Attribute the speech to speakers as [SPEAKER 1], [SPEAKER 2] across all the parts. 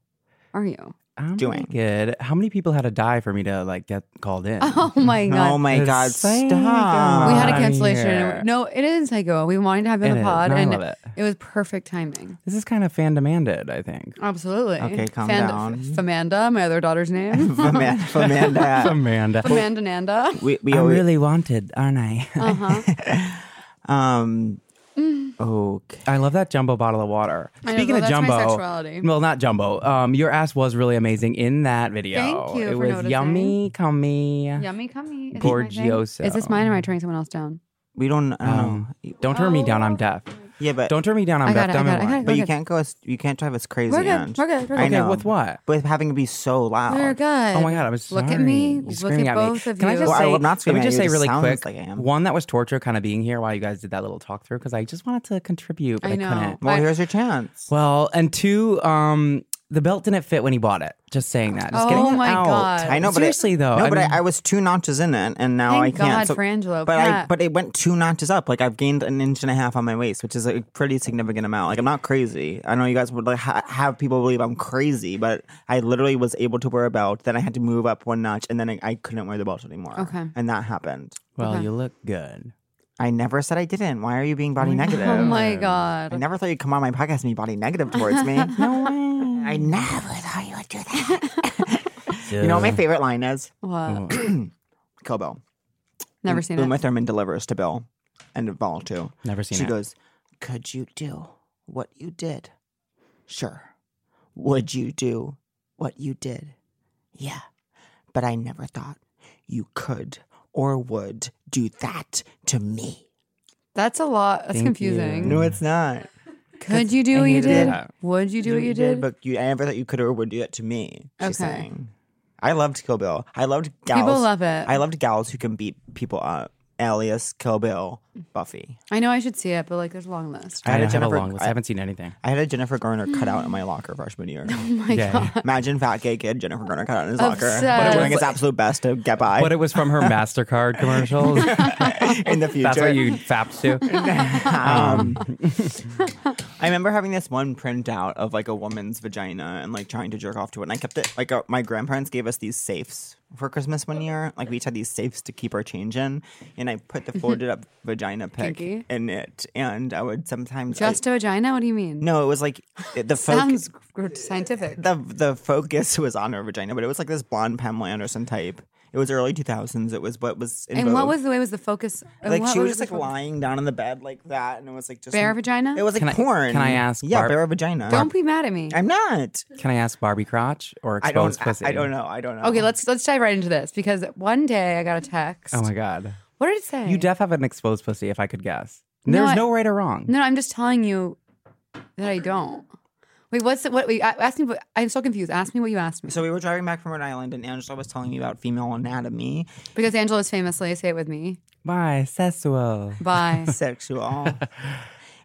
[SPEAKER 1] are you?
[SPEAKER 2] I'm
[SPEAKER 3] doing?
[SPEAKER 2] good. How many people had to die for me to like get called in?
[SPEAKER 1] Oh my God.
[SPEAKER 3] Oh my
[SPEAKER 2] It's
[SPEAKER 3] God,
[SPEAKER 2] psycho.
[SPEAKER 3] stop.
[SPEAKER 1] we had a
[SPEAKER 2] I'm
[SPEAKER 1] cancellation.
[SPEAKER 2] here.
[SPEAKER 1] No, it is psycho. We wanted to have you on
[SPEAKER 2] It
[SPEAKER 1] the
[SPEAKER 2] is.
[SPEAKER 1] pod,
[SPEAKER 2] No, I
[SPEAKER 1] and
[SPEAKER 2] love it.
[SPEAKER 1] was perfect timing.
[SPEAKER 2] This is kind of fan demanded, I think.
[SPEAKER 1] Absolutely.
[SPEAKER 3] Okay, calm down.
[SPEAKER 1] Famanda, my other daughter's name.
[SPEAKER 3] Faman- Famanda.
[SPEAKER 2] Amanda.
[SPEAKER 1] Famanda Nanda.
[SPEAKER 3] we, we
[SPEAKER 2] I'm
[SPEAKER 3] always,
[SPEAKER 2] really wanted, aren't I?
[SPEAKER 1] Uh-huh.
[SPEAKER 3] um,
[SPEAKER 1] Mm.
[SPEAKER 3] okay.
[SPEAKER 2] I love that jumbo bottle of water.
[SPEAKER 1] I know,
[SPEAKER 2] Speaking
[SPEAKER 1] well,
[SPEAKER 2] of
[SPEAKER 1] that's my
[SPEAKER 2] jumbo,
[SPEAKER 1] sexuality.
[SPEAKER 2] well, not jumbo. Um, your ass was really amazing in that video.
[SPEAKER 1] Thank you
[SPEAKER 2] It
[SPEAKER 1] for
[SPEAKER 2] was
[SPEAKER 1] noticing.
[SPEAKER 2] yummy, cummy.
[SPEAKER 1] Yummy cummy. Is this my thing?
[SPEAKER 2] Gorgioso.
[SPEAKER 1] Is this mine or am I turning someone else down?
[SPEAKER 3] We don't, I don't
[SPEAKER 2] Um,
[SPEAKER 3] know.
[SPEAKER 2] Don't turn me down. I'm deaf.
[SPEAKER 3] Yeah, but
[SPEAKER 2] Don't turn me down. I'm
[SPEAKER 1] Oh. I got
[SPEAKER 2] deaf.
[SPEAKER 1] it, I
[SPEAKER 2] dumb,
[SPEAKER 1] got
[SPEAKER 2] and
[SPEAKER 1] it, I got
[SPEAKER 2] blind.
[SPEAKER 1] it.
[SPEAKER 3] But you
[SPEAKER 1] good.
[SPEAKER 3] can't go. As, you can't drive us crazy.
[SPEAKER 1] We're good,
[SPEAKER 3] Ange.
[SPEAKER 1] we're good, we're
[SPEAKER 3] I
[SPEAKER 1] good.
[SPEAKER 2] Okay,
[SPEAKER 3] know.
[SPEAKER 2] with what?
[SPEAKER 3] With having it be so loud.
[SPEAKER 1] We're good.
[SPEAKER 2] Oh my god, I'm sorry.
[SPEAKER 1] Look at me.
[SPEAKER 2] You're
[SPEAKER 1] Look
[SPEAKER 2] screaming
[SPEAKER 1] at
[SPEAKER 2] me.
[SPEAKER 1] both of
[SPEAKER 2] Can I
[SPEAKER 1] you.
[SPEAKER 2] just
[SPEAKER 1] Well,
[SPEAKER 3] I
[SPEAKER 2] say,
[SPEAKER 3] will not scream
[SPEAKER 2] let me
[SPEAKER 3] at
[SPEAKER 2] just
[SPEAKER 3] you.
[SPEAKER 2] say
[SPEAKER 3] It
[SPEAKER 2] really
[SPEAKER 3] sounds
[SPEAKER 2] quick.
[SPEAKER 3] like I am.
[SPEAKER 2] One that was torture, kind of being here while you guys did that little talk through, because I just wanted to contribute, but
[SPEAKER 1] I
[SPEAKER 2] I,
[SPEAKER 1] know.
[SPEAKER 2] couldn't.
[SPEAKER 3] Well,
[SPEAKER 1] I-
[SPEAKER 3] here's your chance.
[SPEAKER 2] Well, and two, um, the belt didn't fit when he bought it. Just saying that. Just getting
[SPEAKER 1] Oh
[SPEAKER 2] it
[SPEAKER 1] my
[SPEAKER 2] out.
[SPEAKER 1] God.
[SPEAKER 3] I know, but
[SPEAKER 2] Seriously,
[SPEAKER 3] it,
[SPEAKER 2] though,
[SPEAKER 3] no,
[SPEAKER 2] I
[SPEAKER 3] but
[SPEAKER 2] mean-
[SPEAKER 3] I, I was two notches in it, and now
[SPEAKER 1] Thank
[SPEAKER 3] I can't.
[SPEAKER 1] God for Angelo.
[SPEAKER 3] But I,
[SPEAKER 1] Pat.
[SPEAKER 3] but it went two notches up. Like I've gained an inch and a half on my waist, which is a pretty significant amount. Like I'm not crazy. I know you guys would like ha- have people believe I'm crazy, but I literally was able to wear a belt. Then I had to move up one notch, and then I, I couldn't wear the belt anymore.
[SPEAKER 1] Okay.
[SPEAKER 3] and that happened.
[SPEAKER 2] Well,
[SPEAKER 1] Okay.
[SPEAKER 2] you look good.
[SPEAKER 3] I never said I didn't. Why are you being body negative?
[SPEAKER 1] oh my
[SPEAKER 3] I
[SPEAKER 1] god.
[SPEAKER 3] never thought you'd come on my podcast and be body negative towards me. no way. I never thought you would do that. you know what my favorite line is?
[SPEAKER 1] What?
[SPEAKER 3] Kill Bill.
[SPEAKER 1] Never seen
[SPEAKER 3] Uma
[SPEAKER 1] it.
[SPEAKER 3] Thurman delivers to Bill and Ball too.
[SPEAKER 2] Never seen
[SPEAKER 3] she
[SPEAKER 2] it.
[SPEAKER 3] goes, Could you do what you did? Sure. Would you do what you did? Yeah. But I never thought you could or would do that to me.
[SPEAKER 1] That's a lot. That's
[SPEAKER 2] Thank
[SPEAKER 1] confusing.
[SPEAKER 2] you. No,
[SPEAKER 3] it's not.
[SPEAKER 1] Could you do what you
[SPEAKER 2] hated
[SPEAKER 1] did?
[SPEAKER 2] that.
[SPEAKER 1] Would you do what you did?
[SPEAKER 3] But you, I never thought you could or would do that to me. She's
[SPEAKER 1] Okay.
[SPEAKER 3] saying. I loved Kill Bill. I loved gals.
[SPEAKER 1] People love it.
[SPEAKER 3] I loved gals who can beat people up. Alias, Kill Bill, Buffy.
[SPEAKER 1] I know I should see it, but like there's a long list.
[SPEAKER 2] I,
[SPEAKER 3] had a
[SPEAKER 2] don't have a
[SPEAKER 3] Jennifer-
[SPEAKER 2] long list. I haven't seen anything.
[SPEAKER 3] I had a Jennifer Garner cut out in my locker freshman year.
[SPEAKER 1] Oh my
[SPEAKER 2] Yeah.
[SPEAKER 1] god.
[SPEAKER 3] Imagine fat gay kid Jennifer Garner cut out in his locker, but
[SPEAKER 1] Obsessed.
[SPEAKER 3] doing his absolute best to get by
[SPEAKER 2] But it was from her Mastercard commercials.
[SPEAKER 3] in the future.
[SPEAKER 2] That's what you fapped to.
[SPEAKER 3] Um, I remember having this one printout of like a woman's vagina and like trying to jerk off to it. And I kept it like uh, my grandparents gave us these safes for Christmas one year. Like we each had these safes to keep our change in, and I put the folded up vagina pic
[SPEAKER 1] Kinky.
[SPEAKER 3] in it. And I would sometimes I-
[SPEAKER 1] Just a vagina? What do you mean?
[SPEAKER 3] no, it was like the focus.
[SPEAKER 1] Sounds gr- scientific.
[SPEAKER 3] the the focus was on her vagina, but it was like this blonde Pamela Anderson type. It was early two thousands. It was what was in
[SPEAKER 1] and what
[SPEAKER 3] vogue.
[SPEAKER 1] was the way was the focus? and
[SPEAKER 3] like
[SPEAKER 1] what
[SPEAKER 3] she was just
[SPEAKER 1] the
[SPEAKER 3] like
[SPEAKER 1] focus?
[SPEAKER 3] lying down on the bed like that, and it was like just
[SPEAKER 1] Bare vagina?
[SPEAKER 3] It was like
[SPEAKER 2] Can I-
[SPEAKER 3] porn.
[SPEAKER 2] can I ask
[SPEAKER 3] Yeah,
[SPEAKER 2] Barb-
[SPEAKER 3] bare vagina.
[SPEAKER 1] Don't be mad at me.
[SPEAKER 3] I'm not.
[SPEAKER 2] Can I ask Barbie crotch or
[SPEAKER 3] I don't.
[SPEAKER 2] exposed
[SPEAKER 3] I,
[SPEAKER 2] pussy?
[SPEAKER 3] I don't know. I don't know.
[SPEAKER 1] Okay, let's let's dive right into this because one day I got a text.
[SPEAKER 2] Oh my god.
[SPEAKER 1] What did it say?
[SPEAKER 2] You def have an exposed pussy, if I could guess.
[SPEAKER 1] No,
[SPEAKER 2] There's
[SPEAKER 1] I-
[SPEAKER 2] no right or wrong.
[SPEAKER 1] No, I'm just telling you that I don't. Wait, what's the, what? Wait, a- ask me. What, I'm so confused. Ask me what you asked me.
[SPEAKER 3] So we were driving back from Rhode Island, and Angela was telling me about female anatomy,
[SPEAKER 1] because Angela's famously say it with me.
[SPEAKER 2] Bisexual.
[SPEAKER 1] Bye.
[SPEAKER 3] sexual,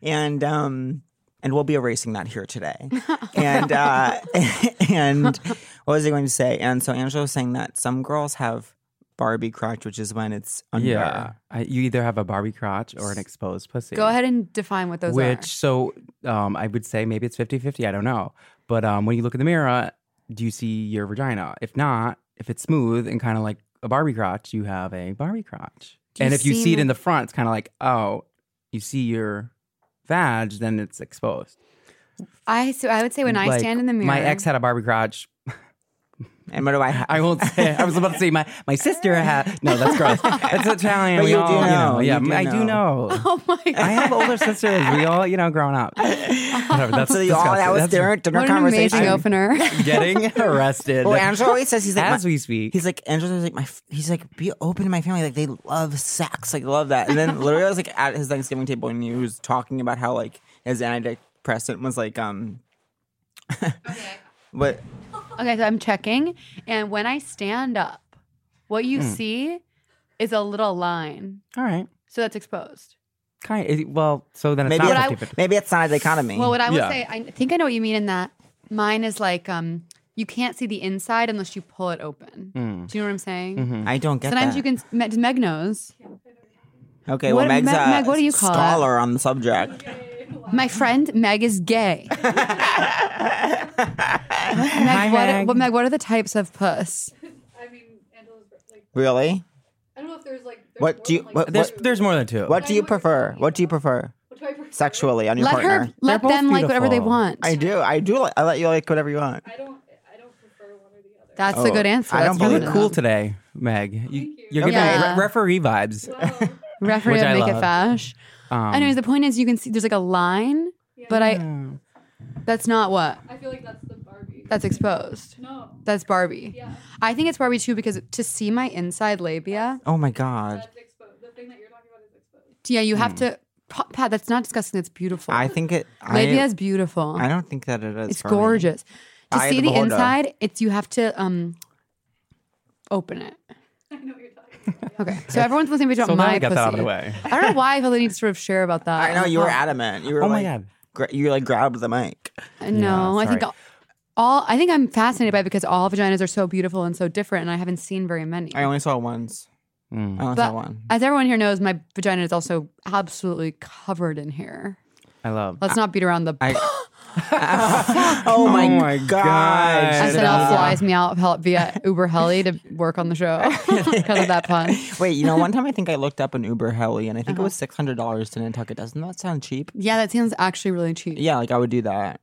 [SPEAKER 3] and um, and we'll be erasing that here today. and uh, and what was I going to say? And so Angela was saying that some girls have Barbie crotch, which is when it's under.
[SPEAKER 2] Yeah. I, you either have a Barbie crotch or an exposed pussy.
[SPEAKER 1] Go ahead and define what those
[SPEAKER 2] Which, so um, I would say maybe it's 50 50. I don't know. But um, when you look in the mirror, do you see your vagina? If not, if it's smooth and kind of like a Barbie crotch, you have a Barbie crotch.
[SPEAKER 1] Do you
[SPEAKER 2] and if you
[SPEAKER 1] see
[SPEAKER 2] see it
[SPEAKER 1] my-
[SPEAKER 2] in the front, it's kind of like, oh, you see your vag, then it's exposed.
[SPEAKER 1] I so I would say when I
[SPEAKER 2] Like,
[SPEAKER 1] stand in the mirror,
[SPEAKER 2] my ex had a Barbie crotch.
[SPEAKER 3] And what do I have?
[SPEAKER 2] I won't say. I was about to say my my sister had. No, that's gross. That's Italian.
[SPEAKER 3] But
[SPEAKER 2] we
[SPEAKER 3] you do
[SPEAKER 2] all,
[SPEAKER 3] know,
[SPEAKER 2] yeah,
[SPEAKER 3] you do
[SPEAKER 2] I do
[SPEAKER 3] know.
[SPEAKER 2] know.
[SPEAKER 1] Oh my
[SPEAKER 2] I
[SPEAKER 1] god!
[SPEAKER 2] have older sisters. We all, you know, grown up. Whatever. That's
[SPEAKER 3] so you all that
[SPEAKER 2] disgusting.
[SPEAKER 3] was
[SPEAKER 2] That's
[SPEAKER 3] dinner, dinner
[SPEAKER 1] What an
[SPEAKER 3] conversation.
[SPEAKER 1] amazing opener.
[SPEAKER 2] Getting arrested.
[SPEAKER 3] Well, Angela always says he's like
[SPEAKER 2] as
[SPEAKER 3] my-
[SPEAKER 2] we speak.
[SPEAKER 3] He's like Angela's like my. f- He's like be open to my family. Like they love sex. Like love that. And then literally, I was like at his Thanksgiving table, and he was talking about how like his antidepressant was like um. What
[SPEAKER 1] okay, so I'm checking, and when I stand up, what you
[SPEAKER 2] Hmm.
[SPEAKER 1] see is a little line,
[SPEAKER 2] all right.
[SPEAKER 1] so that's exposed.
[SPEAKER 2] Kind of, well, so then it's
[SPEAKER 3] maybe
[SPEAKER 2] not
[SPEAKER 3] it's,
[SPEAKER 2] 50
[SPEAKER 3] maybe it's not a dichotomy.
[SPEAKER 1] Well, what I would
[SPEAKER 2] Yeah.
[SPEAKER 1] say, I think I know what you mean in that mine is like um, you can't see the inside unless you pull it open.
[SPEAKER 2] Hmm.
[SPEAKER 1] Do you know what I'm saying?
[SPEAKER 2] Mm-hmm.
[SPEAKER 3] I don't get
[SPEAKER 1] Sometimes
[SPEAKER 3] that.
[SPEAKER 1] you can. Meg, Meg knows.
[SPEAKER 3] Okay,
[SPEAKER 1] What-
[SPEAKER 3] well, Meg's
[SPEAKER 1] Meg-
[SPEAKER 3] a
[SPEAKER 1] Meg, what do you call it?
[SPEAKER 3] scholar on the subject.
[SPEAKER 1] My friend Meg is gay. Meg, what,
[SPEAKER 2] Meg.
[SPEAKER 1] What, Meg, what are the types of puss?
[SPEAKER 4] I mean, Angela's like
[SPEAKER 3] Really?
[SPEAKER 4] I don't know if there's like there's
[SPEAKER 3] What
[SPEAKER 4] more
[SPEAKER 3] do you-
[SPEAKER 4] than, like,
[SPEAKER 3] what-
[SPEAKER 2] There's
[SPEAKER 3] what-
[SPEAKER 2] there's more than two.
[SPEAKER 3] What do you prefer? What do you prefer
[SPEAKER 4] what do I prefer?
[SPEAKER 3] sexually on your
[SPEAKER 1] Let
[SPEAKER 3] partner?
[SPEAKER 1] her, let
[SPEAKER 2] both
[SPEAKER 1] them like whatever they
[SPEAKER 2] beautiful.
[SPEAKER 1] want.
[SPEAKER 3] I do. I do. Like, I let you like whatever you want.
[SPEAKER 4] I don't I don't prefer one or the other.
[SPEAKER 1] That's
[SPEAKER 3] Oh,
[SPEAKER 1] the good answer.
[SPEAKER 3] I don't
[SPEAKER 1] That's
[SPEAKER 2] You
[SPEAKER 3] believe
[SPEAKER 2] look
[SPEAKER 1] feminism.
[SPEAKER 2] cool today, Meg. You,
[SPEAKER 4] you.
[SPEAKER 2] you're giving
[SPEAKER 1] Okay.
[SPEAKER 2] me
[SPEAKER 1] Yeah.
[SPEAKER 2] re- referee vibes.
[SPEAKER 4] Well,
[SPEAKER 1] Referee
[SPEAKER 2] Which
[SPEAKER 1] would
[SPEAKER 2] I
[SPEAKER 1] make it
[SPEAKER 2] love.
[SPEAKER 1] fash.
[SPEAKER 2] Um, Hmm.
[SPEAKER 1] Anyways, the point is you can see there's like a line, but I that's not what
[SPEAKER 4] I feel like that's the Barbie.
[SPEAKER 1] that's exposed.
[SPEAKER 4] no.
[SPEAKER 1] That's Barbie.
[SPEAKER 4] Yeah.
[SPEAKER 1] I think it's Barbie too because to see my inside labia,
[SPEAKER 3] Oh my god.
[SPEAKER 4] That's exposed. The thing that you're talking about is exposed.
[SPEAKER 1] yeah, you have to. Pa- Pat, that's not disgusting. That's beautiful.
[SPEAKER 3] Hmm. I think it.
[SPEAKER 1] labia
[SPEAKER 3] I,
[SPEAKER 1] is beautiful.
[SPEAKER 3] I don't think that it is.
[SPEAKER 1] it's
[SPEAKER 3] for me.
[SPEAKER 1] gorgeous. To
[SPEAKER 3] Eye of
[SPEAKER 1] see
[SPEAKER 3] the
[SPEAKER 1] the,
[SPEAKER 3] beholder.
[SPEAKER 1] inside, it's you have to um open it. Okay, so everyone's listening about
[SPEAKER 2] so now
[SPEAKER 1] my
[SPEAKER 2] I got
[SPEAKER 1] pussy.
[SPEAKER 2] that out of the way.
[SPEAKER 1] I don't know why I feel the need to sort of share about that. Uh,
[SPEAKER 3] I know you were
[SPEAKER 1] Well,
[SPEAKER 3] adamant. You were
[SPEAKER 2] Oh
[SPEAKER 3] like,
[SPEAKER 2] my God.
[SPEAKER 3] gra- you like grabbed the mic.
[SPEAKER 1] No,
[SPEAKER 2] Yeah,
[SPEAKER 1] I think
[SPEAKER 2] sorry.
[SPEAKER 1] all. I think I'm fascinated by it because all vaginas are so beautiful and so different, and I haven't seen very many.
[SPEAKER 3] I only saw once.
[SPEAKER 1] Hmm.
[SPEAKER 3] I only saw
[SPEAKER 1] but
[SPEAKER 3] one.
[SPEAKER 1] as everyone here knows, my vagina is also absolutely covered in hair.
[SPEAKER 2] I love.
[SPEAKER 1] Let's not beat around the.
[SPEAKER 3] I. oh my,
[SPEAKER 2] Oh my
[SPEAKER 3] god!
[SPEAKER 2] God.
[SPEAKER 1] I
[SPEAKER 2] I
[SPEAKER 1] sent
[SPEAKER 2] said
[SPEAKER 1] out
[SPEAKER 2] I'll fly.
[SPEAKER 1] flies me out hel- via Uber Heli to work on the show because of that pun.
[SPEAKER 3] Wait, you know, one time I think I looked up an Uber heli, and I think it
[SPEAKER 1] Uh-huh.
[SPEAKER 3] was six hundred dollars to Nantucket. Doesn't that sound cheap?
[SPEAKER 1] Yeah, that sounds actually really cheap.
[SPEAKER 3] Yeah, like I would do that.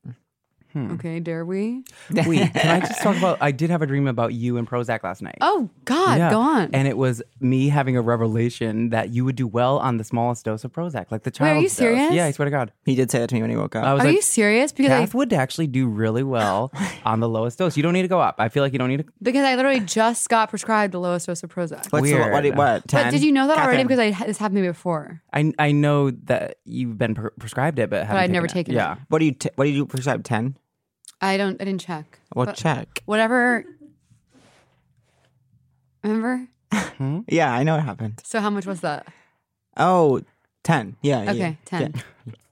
[SPEAKER 1] Okay, dare we?
[SPEAKER 2] Wait, can I just talk about? I did have a dream about you and Prozac last night.
[SPEAKER 1] Oh God,
[SPEAKER 2] Yeah.
[SPEAKER 1] go on.
[SPEAKER 2] And it was me having a revelation that you would do well on the smallest dose of Prozac, like the
[SPEAKER 1] Wait, are
[SPEAKER 2] child's
[SPEAKER 1] you serious?
[SPEAKER 2] Dose. Yeah, I swear to God.
[SPEAKER 3] He did say that to me when he woke up.
[SPEAKER 2] I was
[SPEAKER 1] are
[SPEAKER 2] like,
[SPEAKER 1] you serious? Because I
[SPEAKER 2] Kath would actually do really well on the lowest dose. You don't need to go up. I feel like you don't need to.
[SPEAKER 1] because I literally just got prescribed the lowest dose of Prozac.
[SPEAKER 3] What's the- what?
[SPEAKER 2] weird.
[SPEAKER 3] What? what
[SPEAKER 1] But did you know that already?
[SPEAKER 3] Catherine.
[SPEAKER 1] Because I had- this happened to me before.
[SPEAKER 2] I I know that you've been pre- prescribed it, but haven't
[SPEAKER 1] I'd never taken it.
[SPEAKER 2] Yeah,
[SPEAKER 3] What do you t- what do you prescribe? Ten?
[SPEAKER 1] I don't. I didn't check.
[SPEAKER 3] Well,
[SPEAKER 1] But
[SPEAKER 3] check.
[SPEAKER 1] Whatever. Remember? Hmm?
[SPEAKER 3] Yeah, I know what happened.
[SPEAKER 1] So how much was that?
[SPEAKER 3] Oh, 10. Yeah. yeah,
[SPEAKER 1] Okay,
[SPEAKER 3] yeah.
[SPEAKER 1] 10.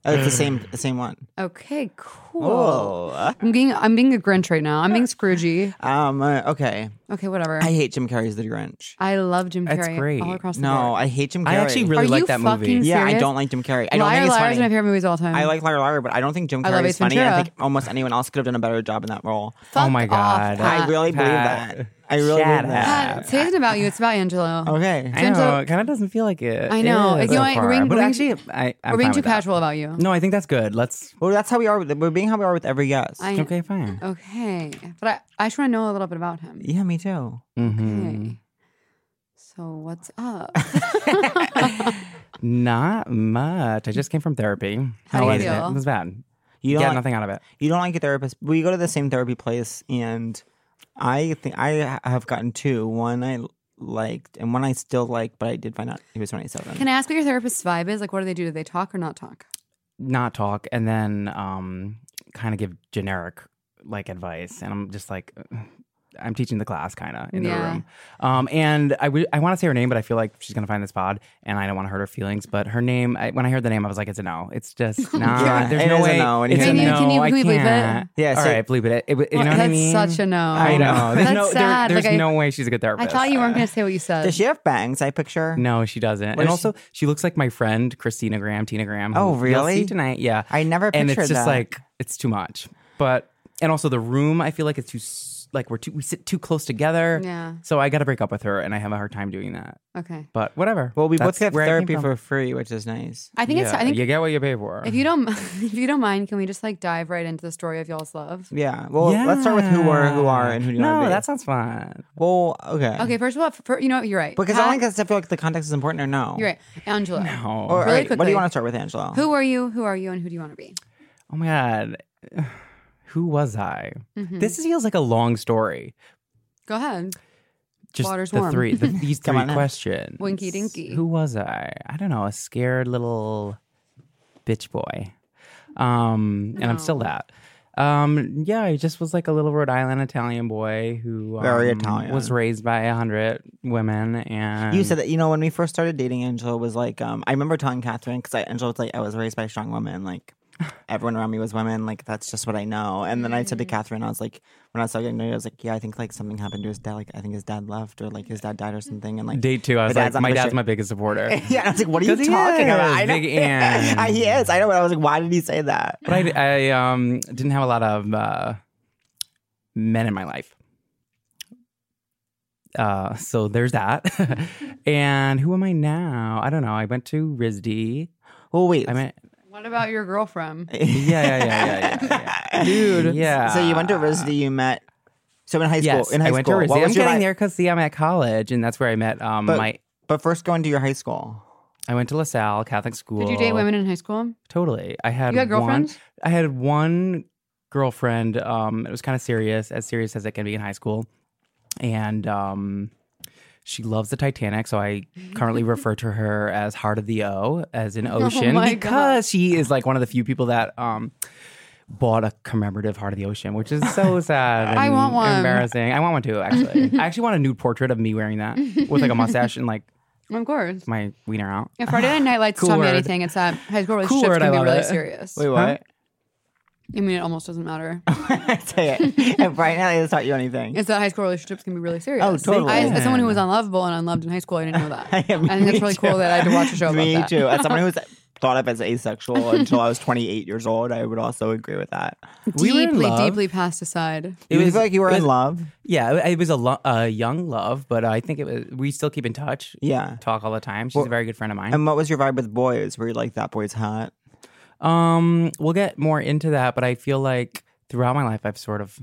[SPEAKER 3] Oh, it's the same the same one.
[SPEAKER 1] Okay, cool.
[SPEAKER 3] Oh.
[SPEAKER 1] I'm being I'm being a Grinch right now. I'm being Scroogey.
[SPEAKER 3] Um. uh, okay.
[SPEAKER 1] Okay, whatever.
[SPEAKER 3] I
[SPEAKER 1] I,
[SPEAKER 3] hate Jim Carrey's The Grinch.
[SPEAKER 1] love Jim
[SPEAKER 2] That's
[SPEAKER 1] Carrey
[SPEAKER 2] great.
[SPEAKER 1] all across the
[SPEAKER 3] No,
[SPEAKER 1] board.
[SPEAKER 3] I hate Jim Carrey.
[SPEAKER 2] I actually really
[SPEAKER 1] Are
[SPEAKER 2] like
[SPEAKER 1] you
[SPEAKER 2] that movie.
[SPEAKER 1] fucking-
[SPEAKER 3] Yeah, I
[SPEAKER 1] Serious?
[SPEAKER 3] don't like Jim Carrey. I don't
[SPEAKER 1] Liar
[SPEAKER 3] think he's
[SPEAKER 1] Liar is
[SPEAKER 3] funny.
[SPEAKER 1] my favorite movie of all time.
[SPEAKER 3] I like Liar Liar, but I don't think Jim
[SPEAKER 1] I love
[SPEAKER 3] Carrey is
[SPEAKER 1] Ace
[SPEAKER 3] funny. I
[SPEAKER 1] Ventura.
[SPEAKER 3] think almost anyone else could have done a better job in that role.
[SPEAKER 1] Fuck
[SPEAKER 2] Oh my
[SPEAKER 1] off,
[SPEAKER 2] God.
[SPEAKER 1] Pat.
[SPEAKER 3] I really believe
[SPEAKER 2] Pat.
[SPEAKER 3] that. I really
[SPEAKER 2] Shut
[SPEAKER 3] believe that.
[SPEAKER 1] Pat, Today isn't about you. It's about Angelo.
[SPEAKER 3] Okay.
[SPEAKER 2] I know.
[SPEAKER 1] Angela-
[SPEAKER 2] It kind of doesn't feel like it.
[SPEAKER 1] I know.
[SPEAKER 2] is
[SPEAKER 1] You know
[SPEAKER 2] so
[SPEAKER 1] what? We're
[SPEAKER 2] far,
[SPEAKER 1] being-
[SPEAKER 2] but
[SPEAKER 1] we're being-
[SPEAKER 2] actually, I I'm
[SPEAKER 1] We're being
[SPEAKER 2] fine
[SPEAKER 1] too
[SPEAKER 2] with that.
[SPEAKER 1] casual about you.
[SPEAKER 2] No, I think that's good. Let's.
[SPEAKER 3] Well, that's how we are. With, we're being how we are with every guest.
[SPEAKER 1] I,
[SPEAKER 2] Okay, fine.
[SPEAKER 1] Okay, but I I just want to know a little bit about him.
[SPEAKER 3] yeah, me too.
[SPEAKER 2] Mm-hmm. Mm.
[SPEAKER 1] Okay. So what's up?
[SPEAKER 2] Not much. I just came from therapy.
[SPEAKER 1] How do you
[SPEAKER 2] was it?
[SPEAKER 1] feel?
[SPEAKER 2] It was bad.
[SPEAKER 3] You
[SPEAKER 2] You
[SPEAKER 3] don't
[SPEAKER 2] got
[SPEAKER 3] like,
[SPEAKER 2] nothing out of it.
[SPEAKER 3] You don't like a therapist. We go to the same therapy place, and I think I have gotten two. One I liked, and one I still like, but I did find out he was twenty seven.
[SPEAKER 1] Can I ask what your therapist's vibe is? Like, what do they do? Do they talk or not talk?
[SPEAKER 2] Not talk, and then um, kind of give generic like advice, and I'm just like. I'm teaching the class kind of in the
[SPEAKER 1] Yeah.
[SPEAKER 2] room. Um, and I want to say her name, but I feel like she's going to find this pod and I don't want to hurt her feelings. But her name, I, when I heard the name, I was like, it's a no. It's just not.
[SPEAKER 3] Yeah,
[SPEAKER 2] there's
[SPEAKER 3] it
[SPEAKER 2] no
[SPEAKER 3] is a
[SPEAKER 2] way.
[SPEAKER 3] no, and
[SPEAKER 2] it's
[SPEAKER 3] you
[SPEAKER 2] a
[SPEAKER 3] can-
[SPEAKER 2] no.
[SPEAKER 1] Can you-
[SPEAKER 2] I
[SPEAKER 1] can you believe it?
[SPEAKER 2] can't.
[SPEAKER 3] Yeah,
[SPEAKER 2] All
[SPEAKER 3] so-
[SPEAKER 2] right, believe it. It- it- you know what I
[SPEAKER 1] That's
[SPEAKER 2] mean?
[SPEAKER 1] such a no.
[SPEAKER 2] I know. There's
[SPEAKER 1] That's
[SPEAKER 2] no, there-
[SPEAKER 1] sad.
[SPEAKER 2] there's
[SPEAKER 1] Like, I-
[SPEAKER 2] no way she's a good
[SPEAKER 1] I
[SPEAKER 2] therapist.
[SPEAKER 1] thought you weren't going to say what you said.
[SPEAKER 3] Does she have bangs? I picture.
[SPEAKER 2] No, she doesn't.
[SPEAKER 3] is
[SPEAKER 2] and also, she? looks like my friend Christina Graham, Tina Graham. who
[SPEAKER 3] Oh,
[SPEAKER 2] You'll
[SPEAKER 3] really?
[SPEAKER 2] see tonight, yeah.
[SPEAKER 3] I never
[SPEAKER 2] and
[SPEAKER 3] pictured
[SPEAKER 2] it's just
[SPEAKER 3] that.
[SPEAKER 2] like it's too much. But and also the room, I feel like it's too s- like we're too we sit too close together.
[SPEAKER 1] Yeah.
[SPEAKER 2] So I got to break up with her, and I have a hard time doing that.
[SPEAKER 1] Okay.
[SPEAKER 2] But whatever.
[SPEAKER 3] Well, we both
[SPEAKER 2] That's
[SPEAKER 3] get
[SPEAKER 2] where I came
[SPEAKER 3] therapy
[SPEAKER 2] from.
[SPEAKER 3] for free, which is nice.
[SPEAKER 1] I think it's.
[SPEAKER 2] Yeah,
[SPEAKER 1] I think
[SPEAKER 2] you get what you pay for.
[SPEAKER 1] if you don't, if you don't mind, can we just like dive right into the story of y'all's love?
[SPEAKER 3] Yeah. Well, let's start with who were who are and who do you
[SPEAKER 2] no,
[SPEAKER 3] want to be.
[SPEAKER 2] that sounds fun.
[SPEAKER 3] well, okay.
[SPEAKER 1] Okay. First of all, for, you know what? You're right.
[SPEAKER 3] Because
[SPEAKER 1] Pat,
[SPEAKER 3] I think I feel like the context is important or no.
[SPEAKER 1] You're right, Angela.
[SPEAKER 3] Or,
[SPEAKER 2] Oh,
[SPEAKER 3] all
[SPEAKER 1] Really
[SPEAKER 3] right, what do
[SPEAKER 1] quickly.
[SPEAKER 3] you want to start with, Angela?
[SPEAKER 1] Who are you? Who are you? And who do you want to be?
[SPEAKER 2] oh my god, who was I?
[SPEAKER 1] Mm-hmm.
[SPEAKER 2] This feels like a long story.
[SPEAKER 1] Go ahead.
[SPEAKER 2] Just
[SPEAKER 1] Water's
[SPEAKER 2] the
[SPEAKER 1] warm.
[SPEAKER 2] three, the, these
[SPEAKER 3] Come
[SPEAKER 2] three
[SPEAKER 3] on in.
[SPEAKER 2] questions.
[SPEAKER 1] Winky dinky.
[SPEAKER 2] Who was I? I don't know. A scared little bitch boy. Um, and I'm still that. Um, yeah, I just was like a little Rhode Island Italian boy who um,
[SPEAKER 3] Very Italian.
[SPEAKER 2] was raised by a hundred women, and
[SPEAKER 3] You said that you know when we first started dating, Angela was like, um, I remember telling Catherine because Angela was like, I was raised by strong women, like everyone around me was women, like that's just what I know. And then I said to Catherine, I was like, when I was talking to you, I was like, yeah, I think like something happened to his dad, like I think his dad left or like his dad died or something, and like
[SPEAKER 2] Date two, I was
[SPEAKER 3] dad's
[SPEAKER 2] like,
[SPEAKER 3] on
[SPEAKER 2] my
[SPEAKER 3] the
[SPEAKER 2] dad's
[SPEAKER 3] show."
[SPEAKER 2] my biggest supporter.
[SPEAKER 3] yeah, and I was like, what are you
[SPEAKER 2] 'Cause he
[SPEAKER 3] talking about?
[SPEAKER 2] is,
[SPEAKER 3] I know,
[SPEAKER 2] Big Ann.
[SPEAKER 3] I, he is. I know. But I was like, why did he say that?
[SPEAKER 2] But I, I um, didn't have a lot of uh, men in my life. Uh, so there's that. and who am I now? I don't know. I went to RISD.
[SPEAKER 3] Oh wait,
[SPEAKER 2] I meant,
[SPEAKER 1] What about your girlfriend?
[SPEAKER 2] yeah, yeah, yeah, yeah, yeah, yeah. Dude. Yeah.
[SPEAKER 3] So you went to RISD, you met. So in high school,
[SPEAKER 2] Yes,
[SPEAKER 3] in high
[SPEAKER 2] I went
[SPEAKER 3] school,
[SPEAKER 2] to RISD.
[SPEAKER 3] what
[SPEAKER 2] I'm
[SPEAKER 3] was your
[SPEAKER 2] getting
[SPEAKER 3] li-
[SPEAKER 2] there because, see, I'm at college, and that's where I met um,
[SPEAKER 3] But-
[SPEAKER 2] my.
[SPEAKER 3] But first, going to your high school.
[SPEAKER 2] I went to LaSalle Catholic School.
[SPEAKER 1] Did you date women in high school?
[SPEAKER 2] Totally. I had
[SPEAKER 1] You had
[SPEAKER 2] one.
[SPEAKER 1] girlfriends?
[SPEAKER 2] I had one girlfriend. Um, it was kind of serious, as serious as it can be in high school, and um, she loves the Titanic. So I currently refer to her as Heart of the O, as an ocean,
[SPEAKER 1] Oh my
[SPEAKER 2] because she is like one of the few people that um. Bought a commemorative Heart of the Ocean, which is so sad.
[SPEAKER 1] I
[SPEAKER 2] and
[SPEAKER 1] want one.
[SPEAKER 2] Embarrassing. I want one too. Actually, I actually want a nude portrait of me wearing that with like a mustache and like
[SPEAKER 1] Of course.
[SPEAKER 2] my wiener out.
[SPEAKER 1] If Friday Night Lights
[SPEAKER 2] Cool
[SPEAKER 1] taught me
[SPEAKER 2] word.
[SPEAKER 1] anything, it's that high school relationships
[SPEAKER 2] word, I
[SPEAKER 1] can be
[SPEAKER 2] love
[SPEAKER 1] really
[SPEAKER 2] it.
[SPEAKER 1] serious.
[SPEAKER 3] Wait,
[SPEAKER 2] Huh?
[SPEAKER 3] what?
[SPEAKER 1] I mean, it almost doesn't matter.
[SPEAKER 3] Say it. and right now, it's not you anything.
[SPEAKER 1] It's that high school relationships can be really serious.
[SPEAKER 3] Oh, totally.
[SPEAKER 1] I, as someone who was unlovable and unloved in high school, I didn't know that. I think it's really cool that I had to watch a show
[SPEAKER 3] Me
[SPEAKER 1] about that.
[SPEAKER 3] too. As someone who's thought of as asexual until I was 28 years old, I would also agree with that.
[SPEAKER 2] We were in
[SPEAKER 1] Deeply,
[SPEAKER 2] love.
[SPEAKER 1] deeply passed aside.
[SPEAKER 3] You
[SPEAKER 2] was-
[SPEAKER 3] feel like you were
[SPEAKER 2] it
[SPEAKER 3] in
[SPEAKER 2] was-
[SPEAKER 3] love?
[SPEAKER 2] Yeah, it it was a, lo- a young love, but I think it was. We still keep in touch.
[SPEAKER 3] Yeah.
[SPEAKER 2] talk all the time. She's a very good friend of mine.
[SPEAKER 3] And what was your vibe with boys? Were you like that boy's hot?
[SPEAKER 2] Um, we'll get more into that, but I feel like throughout my life, I've sort of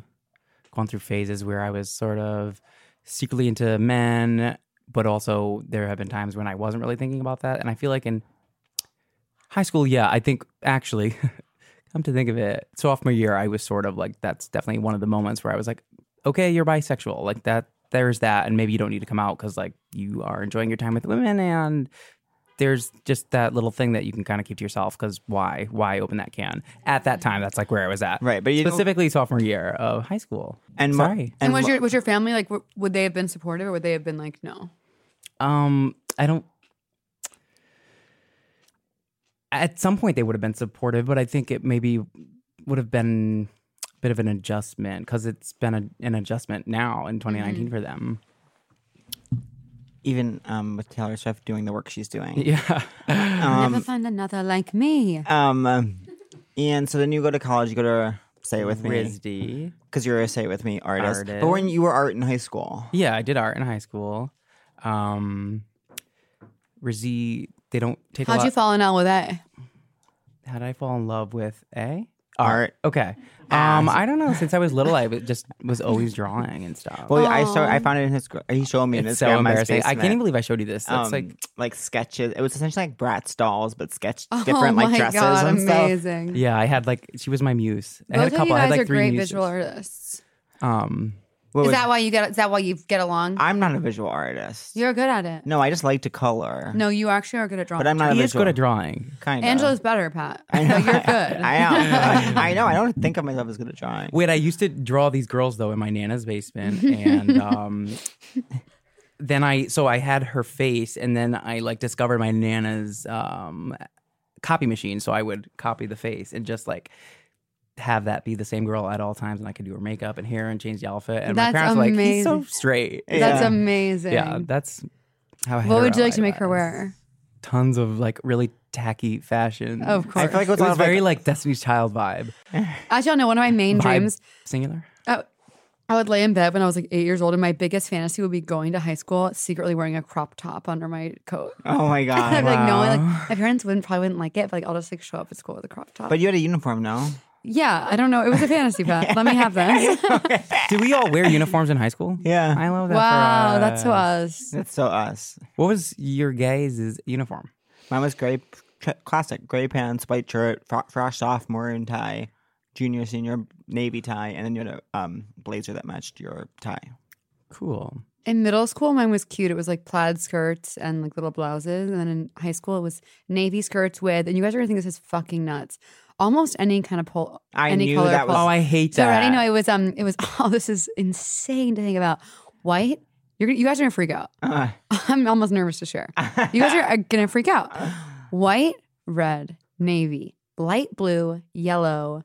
[SPEAKER 2] gone through phases where I was sort of secretly into men, but also there have been times when I wasn't really thinking about that. And I feel like in high school, yeah, I think actually, come to think of it, sophomore year, I was sort of like, that's definitely one of the moments where I was like, okay, you're bisexual. Like that, there's that. And maybe you don't need to come out because like you are enjoying your time with women and there's just that little thing that you can kind of keep to yourself because why why open that can at that time that's like where i was at
[SPEAKER 3] Right, but you don't-
[SPEAKER 2] specifically sophomore year of high school
[SPEAKER 3] And mo-
[SPEAKER 2] sorry
[SPEAKER 1] And, was
[SPEAKER 3] lo-
[SPEAKER 1] your was your family like? w- Would they have been supportive, or would they have been like, no?
[SPEAKER 2] um i don't at some point they would have been supportive but i think it maybe would have been a bit of an adjustment because it's been a, an adjustment now in 2019
[SPEAKER 1] Mm-hmm.
[SPEAKER 2] for them
[SPEAKER 3] even um, with Taylor Swift doing the work she's doing.
[SPEAKER 2] yeah
[SPEAKER 1] Never find another like me.
[SPEAKER 3] Um, um, and so then you go to college. You go to say it with me
[SPEAKER 2] risd
[SPEAKER 3] because you're a say it with me artist. But
[SPEAKER 2] Artist.
[SPEAKER 3] when you were art in high school,
[SPEAKER 2] Yeah, I did art in high school. Um Rizzi, they don't take a
[SPEAKER 1] How'd
[SPEAKER 2] lot.
[SPEAKER 1] you fall in love with that?
[SPEAKER 2] How did I fall in love with A?
[SPEAKER 3] Art.
[SPEAKER 2] Okay. Um, I don't know. Since I was little, I was- just was always drawing and stuff.
[SPEAKER 3] well, I saw I found it in his. gr- He showed me in his
[SPEAKER 2] it's so
[SPEAKER 3] grandma's
[SPEAKER 2] embarrassing. I can't even
[SPEAKER 3] basement.
[SPEAKER 2] believe I showed you this. That's
[SPEAKER 3] um,
[SPEAKER 2] like
[SPEAKER 3] like sketches. It was essentially like Bratz dolls, but sketched
[SPEAKER 1] oh
[SPEAKER 3] different
[SPEAKER 1] my
[SPEAKER 3] like dresses
[SPEAKER 1] god,
[SPEAKER 3] and stuff.
[SPEAKER 1] amazing!
[SPEAKER 2] yeah, I had like she was my muse.
[SPEAKER 1] Both
[SPEAKER 2] I had a
[SPEAKER 1] of you
[SPEAKER 2] couple. I
[SPEAKER 1] guys
[SPEAKER 2] had like
[SPEAKER 1] are
[SPEAKER 2] three
[SPEAKER 1] great
[SPEAKER 2] muses.
[SPEAKER 1] visual artists.
[SPEAKER 2] Um,
[SPEAKER 3] What
[SPEAKER 1] Is
[SPEAKER 3] was-
[SPEAKER 1] that why you get? Is that why you get along?
[SPEAKER 3] I'm not a visual artist.
[SPEAKER 1] You're good at it.
[SPEAKER 3] no, I just like to color.
[SPEAKER 1] No, you actually are good at drawing.
[SPEAKER 3] but I'm not.
[SPEAKER 2] he
[SPEAKER 3] a
[SPEAKER 2] is
[SPEAKER 3] visual.
[SPEAKER 2] good at drawing.
[SPEAKER 3] Kind of.
[SPEAKER 1] Angela's better, Pat.
[SPEAKER 3] I know.
[SPEAKER 1] But you're good.
[SPEAKER 3] I know. I know. I don't think of myself as good at drawing.
[SPEAKER 2] Wait, I used to draw these girls though in my nana's basement, and um, then I so I had her face, and then I like discovered my nana's um, copy machine, so I would copy the face and just like have that be the same girl at all times, and I could do her makeup and hair and change the outfit. And
[SPEAKER 1] That's
[SPEAKER 2] my parents were like, "He's so
[SPEAKER 1] amazing.
[SPEAKER 2] straight."
[SPEAKER 1] That's
[SPEAKER 3] Yeah.
[SPEAKER 1] amazing.
[SPEAKER 2] yeah, that's how.
[SPEAKER 1] what would you
[SPEAKER 2] hetero
[SPEAKER 1] like to
[SPEAKER 2] I
[SPEAKER 1] make her
[SPEAKER 2] was.
[SPEAKER 1] wear?
[SPEAKER 2] Tons of like really tacky fashion.
[SPEAKER 1] Of course.
[SPEAKER 3] I feel like it was, a
[SPEAKER 2] It
[SPEAKER 3] lot
[SPEAKER 2] was
[SPEAKER 3] of, like,
[SPEAKER 2] very like Destiny's Child vibe.
[SPEAKER 1] As y'all know, one of my main
[SPEAKER 2] Vibe
[SPEAKER 1] dreams.
[SPEAKER 2] singular.
[SPEAKER 1] Oh, I would lay in bed when I was like eight years old, and my biggest fantasy would be going to high school secretly wearing a crop top under my coat.
[SPEAKER 3] Oh my
[SPEAKER 1] I'd
[SPEAKER 3] god.
[SPEAKER 1] be like, no,
[SPEAKER 2] wow.
[SPEAKER 1] like my parents wouldn't probably wouldn't like it, but like I'll just like show up at school with a crop top.
[SPEAKER 3] But you had a uniform, no?
[SPEAKER 1] yeah, I don't know. It was a fantasy, Pat. Let me have this.
[SPEAKER 2] Did we all wear uniforms in high school?
[SPEAKER 3] Yeah.
[SPEAKER 2] I love that. for
[SPEAKER 1] wow, that's so
[SPEAKER 2] us.
[SPEAKER 1] us.
[SPEAKER 3] That's so us.
[SPEAKER 2] What was your guys' uniform?
[SPEAKER 3] Mine was gray, tr- classic gray pants, white shirt, fro- fresh sophomore and tie, junior, senior, navy tie, and then you had a um, blazer that matched your tie.
[SPEAKER 2] Cool.
[SPEAKER 1] In middle school, mine was cute. It was like plaid skirts and like little blouses. And then in high school, it was navy skirts with, and you guys are gonna think this is fucking nuts. Almost any kind of pole,
[SPEAKER 3] I
[SPEAKER 1] any
[SPEAKER 3] knew
[SPEAKER 1] color
[SPEAKER 3] that was-
[SPEAKER 1] pole.
[SPEAKER 2] Oh, I hate
[SPEAKER 1] So
[SPEAKER 2] that.
[SPEAKER 1] already know it was um it was oh this is insane to think about. White, you're gonna- you guys are gonna freak out.
[SPEAKER 3] Uh,
[SPEAKER 1] I'm almost nervous to share. You guys are, are gonna freak out.
[SPEAKER 3] Uh-huh.
[SPEAKER 1] White, red, navy, light blue, yellow,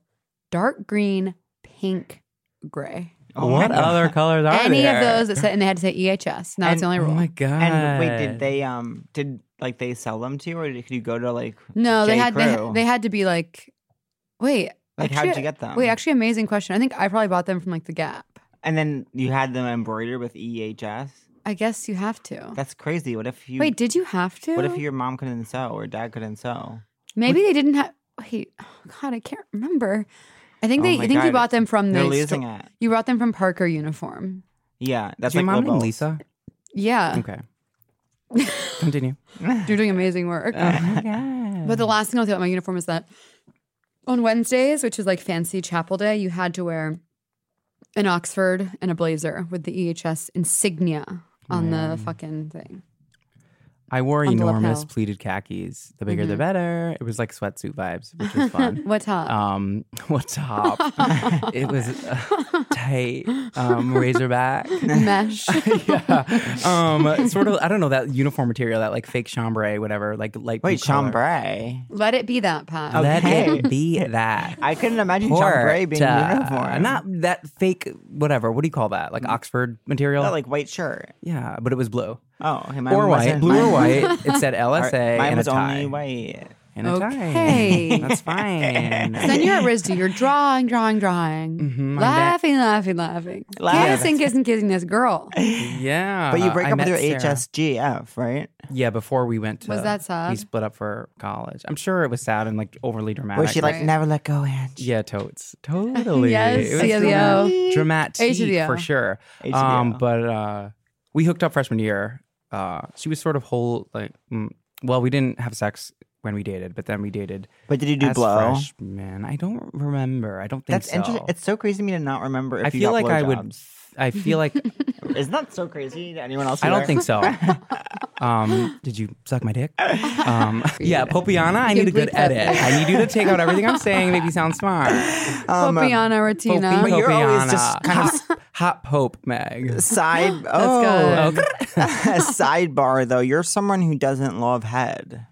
[SPEAKER 1] dark green, pink, gray.
[SPEAKER 3] oh my
[SPEAKER 2] what
[SPEAKER 3] God.
[SPEAKER 2] other colors are
[SPEAKER 1] Any
[SPEAKER 2] there?
[SPEAKER 1] of those that said and they had to say E EHS. Now it's
[SPEAKER 3] And-
[SPEAKER 1] the only
[SPEAKER 2] Oh
[SPEAKER 1] rule.
[SPEAKER 2] my god.
[SPEAKER 3] And wait, did they um did like they sell them to you, or did, could you go to like
[SPEAKER 1] no, they
[SPEAKER 3] J.
[SPEAKER 1] had they,
[SPEAKER 3] Crew?
[SPEAKER 1] they had to be like wait.
[SPEAKER 3] like how
[SPEAKER 1] actually-
[SPEAKER 3] would you get them?
[SPEAKER 1] Wait, actually amazing question. I think I probably bought them from like the Gap.
[SPEAKER 3] and then you had them embroidered with EHS.
[SPEAKER 1] I guess you have to.
[SPEAKER 3] That's crazy. What if you?
[SPEAKER 1] Wait, did you have to?
[SPEAKER 3] what if your mom couldn't sew or dad couldn't sew?
[SPEAKER 1] Maybe they didn't have. Wait, oh God, I can't remember. I think
[SPEAKER 3] Oh
[SPEAKER 1] they.
[SPEAKER 3] my
[SPEAKER 1] I think you
[SPEAKER 3] God,
[SPEAKER 1] bought them from the.
[SPEAKER 3] They're
[SPEAKER 1] sto-
[SPEAKER 3] losing it.
[SPEAKER 1] You brought them from Parker uniform.
[SPEAKER 3] Yeah,
[SPEAKER 2] Is
[SPEAKER 3] that's
[SPEAKER 2] your
[SPEAKER 3] like
[SPEAKER 2] mom named
[SPEAKER 3] Lobos.
[SPEAKER 2] Lisa?
[SPEAKER 1] Yeah,
[SPEAKER 2] Okay. Continue.
[SPEAKER 1] you're doing amazing work. But the last thing I'll say about my uniform is that on Wednesdays, which is like fancy chapel day, you had to wear an Oxford and a blazer with the EHS insignia on the fucking thing.
[SPEAKER 2] I
[SPEAKER 1] On
[SPEAKER 2] wore
[SPEAKER 1] the
[SPEAKER 2] enormous
[SPEAKER 1] lapel. Mm-hmm.
[SPEAKER 2] pleated khakis. The bigger the better. It was like sweatsuit vibes, which was fun.
[SPEAKER 1] What's up?
[SPEAKER 2] um, what's up? it was uh, tight um, razorback.
[SPEAKER 1] Mesh.
[SPEAKER 2] yeah. Um, sort of. I don't know that uniform material, that like fake chambray, whatever, like light. blue
[SPEAKER 3] Wait,
[SPEAKER 2] color.
[SPEAKER 3] chambray.
[SPEAKER 1] Let it be that, Pat.
[SPEAKER 2] Let
[SPEAKER 3] Okay.
[SPEAKER 2] it be that.
[SPEAKER 3] I couldn't imagine chambray
[SPEAKER 2] Port,
[SPEAKER 3] being
[SPEAKER 2] uh,
[SPEAKER 3] uniform. Mm.
[SPEAKER 2] Not that fake, whatever. What do you call that? Like Oxford material?
[SPEAKER 3] Not like white shirt.
[SPEAKER 2] yeah, but it was blue.
[SPEAKER 3] Oh, okay, mine
[SPEAKER 2] Oh. or white.
[SPEAKER 3] wasn't-
[SPEAKER 2] Blue or
[SPEAKER 3] mine-
[SPEAKER 2] white. It said LSA
[SPEAKER 3] Mine
[SPEAKER 2] and
[SPEAKER 3] was
[SPEAKER 2] a tie. Uh-huh.
[SPEAKER 3] only white.
[SPEAKER 2] And a
[SPEAKER 1] Okay.
[SPEAKER 2] tie. That's fine.
[SPEAKER 1] Then you're at RISD. You're drawing, drawing, drawing,
[SPEAKER 2] Mhm, I'm
[SPEAKER 1] laughing, laughing, laughing,
[SPEAKER 3] Laugh.
[SPEAKER 1] kissing, kissing, kissing this girl.
[SPEAKER 2] yeah.
[SPEAKER 3] But you break
[SPEAKER 2] I
[SPEAKER 3] up with
[SPEAKER 2] met
[SPEAKER 3] your
[SPEAKER 2] Sarah.
[SPEAKER 3] HSGF, right?
[SPEAKER 2] Yeah, before we went to.
[SPEAKER 1] Was that sad?
[SPEAKER 2] We split up for college. I'm sure it was sad and like overly dramatic.
[SPEAKER 3] Where she like
[SPEAKER 1] Right.
[SPEAKER 3] never let go, Ange.
[SPEAKER 2] Yeah, totes. Totally.
[SPEAKER 1] Yes,
[SPEAKER 2] It was
[SPEAKER 1] CLO.
[SPEAKER 2] dramatic- Dramatic
[SPEAKER 1] HDO.
[SPEAKER 2] for sure.
[SPEAKER 3] HDO.
[SPEAKER 2] Um, but uh, we hooked up freshman year. Uh, she was sort of whole like, mm, well, we didn't have sex when we dated, but then we dated.
[SPEAKER 3] But did you do blow?
[SPEAKER 2] Man, I don't remember. I don't think
[SPEAKER 3] That's
[SPEAKER 2] so.
[SPEAKER 3] interesting. It's so crazy to me to not remember if
[SPEAKER 2] I
[SPEAKER 3] you
[SPEAKER 2] feel
[SPEAKER 3] got
[SPEAKER 2] like I would.
[SPEAKER 3] blowjobs.
[SPEAKER 2] I feel like
[SPEAKER 3] Isn't that so crazy to anyone else?
[SPEAKER 2] I
[SPEAKER 3] here?
[SPEAKER 2] don't think so. um, did you suck my dick? Um, yeah, Popiana, I
[SPEAKER 1] You
[SPEAKER 2] need a good
[SPEAKER 1] bleep that
[SPEAKER 2] edit. I need you to take out everything I'm saying, make me sound smart.
[SPEAKER 3] Um, uh,
[SPEAKER 1] Popiana Retina.
[SPEAKER 2] Popi-
[SPEAKER 3] But you're always just
[SPEAKER 2] Popiana.
[SPEAKER 3] kind
[SPEAKER 2] hot, hot Pope Meg.
[SPEAKER 3] Side.
[SPEAKER 1] That's
[SPEAKER 3] oh,
[SPEAKER 1] good.
[SPEAKER 3] sidebar though. You're someone who doesn't love head.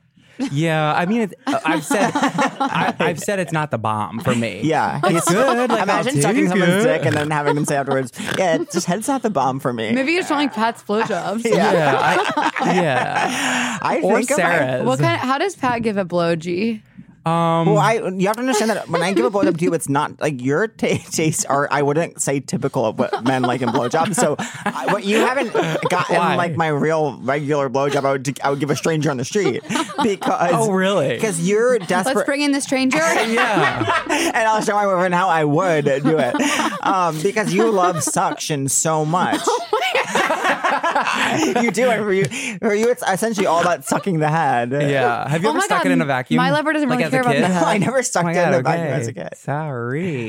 [SPEAKER 2] Yeah, I mean, it, uh, I've said I, I've said it's not the bomb for me.
[SPEAKER 3] Yeah, it's
[SPEAKER 2] good, like, I'll
[SPEAKER 3] Imagine
[SPEAKER 2] take
[SPEAKER 3] sucking someone's
[SPEAKER 2] it.
[SPEAKER 3] dick and then having them say afterwards, "Yeah, it's just head's not the bomb for me."
[SPEAKER 1] Maybe you just don't like Pat's blowjobs.
[SPEAKER 2] yeah, I, yeah.
[SPEAKER 3] I
[SPEAKER 2] Or
[SPEAKER 3] think of my-
[SPEAKER 2] Sarah's.
[SPEAKER 1] What kind? how does Pat give a blow G?
[SPEAKER 2] um,
[SPEAKER 3] Well, I you have to understand that when I give a blowjob to you, it's not like your ta tastes are. I wouldn't say typical of what men like in blowjobs. So, I, what you haven't gotten
[SPEAKER 2] Why?
[SPEAKER 3] like my real regular blowjob. I would I would give a stranger on the street because
[SPEAKER 2] Oh, really?
[SPEAKER 3] Because you're desperate.
[SPEAKER 1] Let's bring in the stranger.
[SPEAKER 2] yeah.
[SPEAKER 3] and I'll show my boyfriend how I would do it um, because you love suction so much. you do it for you. For you, it's essentially all about sucking the head.
[SPEAKER 2] Yeah. Have you
[SPEAKER 1] Oh
[SPEAKER 2] ever
[SPEAKER 1] my
[SPEAKER 2] stuck
[SPEAKER 1] God,
[SPEAKER 2] it in a vacuum?
[SPEAKER 1] my lover doesn't
[SPEAKER 2] like,
[SPEAKER 1] really
[SPEAKER 2] as
[SPEAKER 1] care
[SPEAKER 2] a
[SPEAKER 1] about
[SPEAKER 2] kid?
[SPEAKER 1] the head.
[SPEAKER 3] I never
[SPEAKER 2] Oh
[SPEAKER 3] sucked
[SPEAKER 2] my
[SPEAKER 3] it in
[SPEAKER 2] God,
[SPEAKER 3] the vacuum as a
[SPEAKER 2] okay.
[SPEAKER 3] kid.
[SPEAKER 2] Sorry.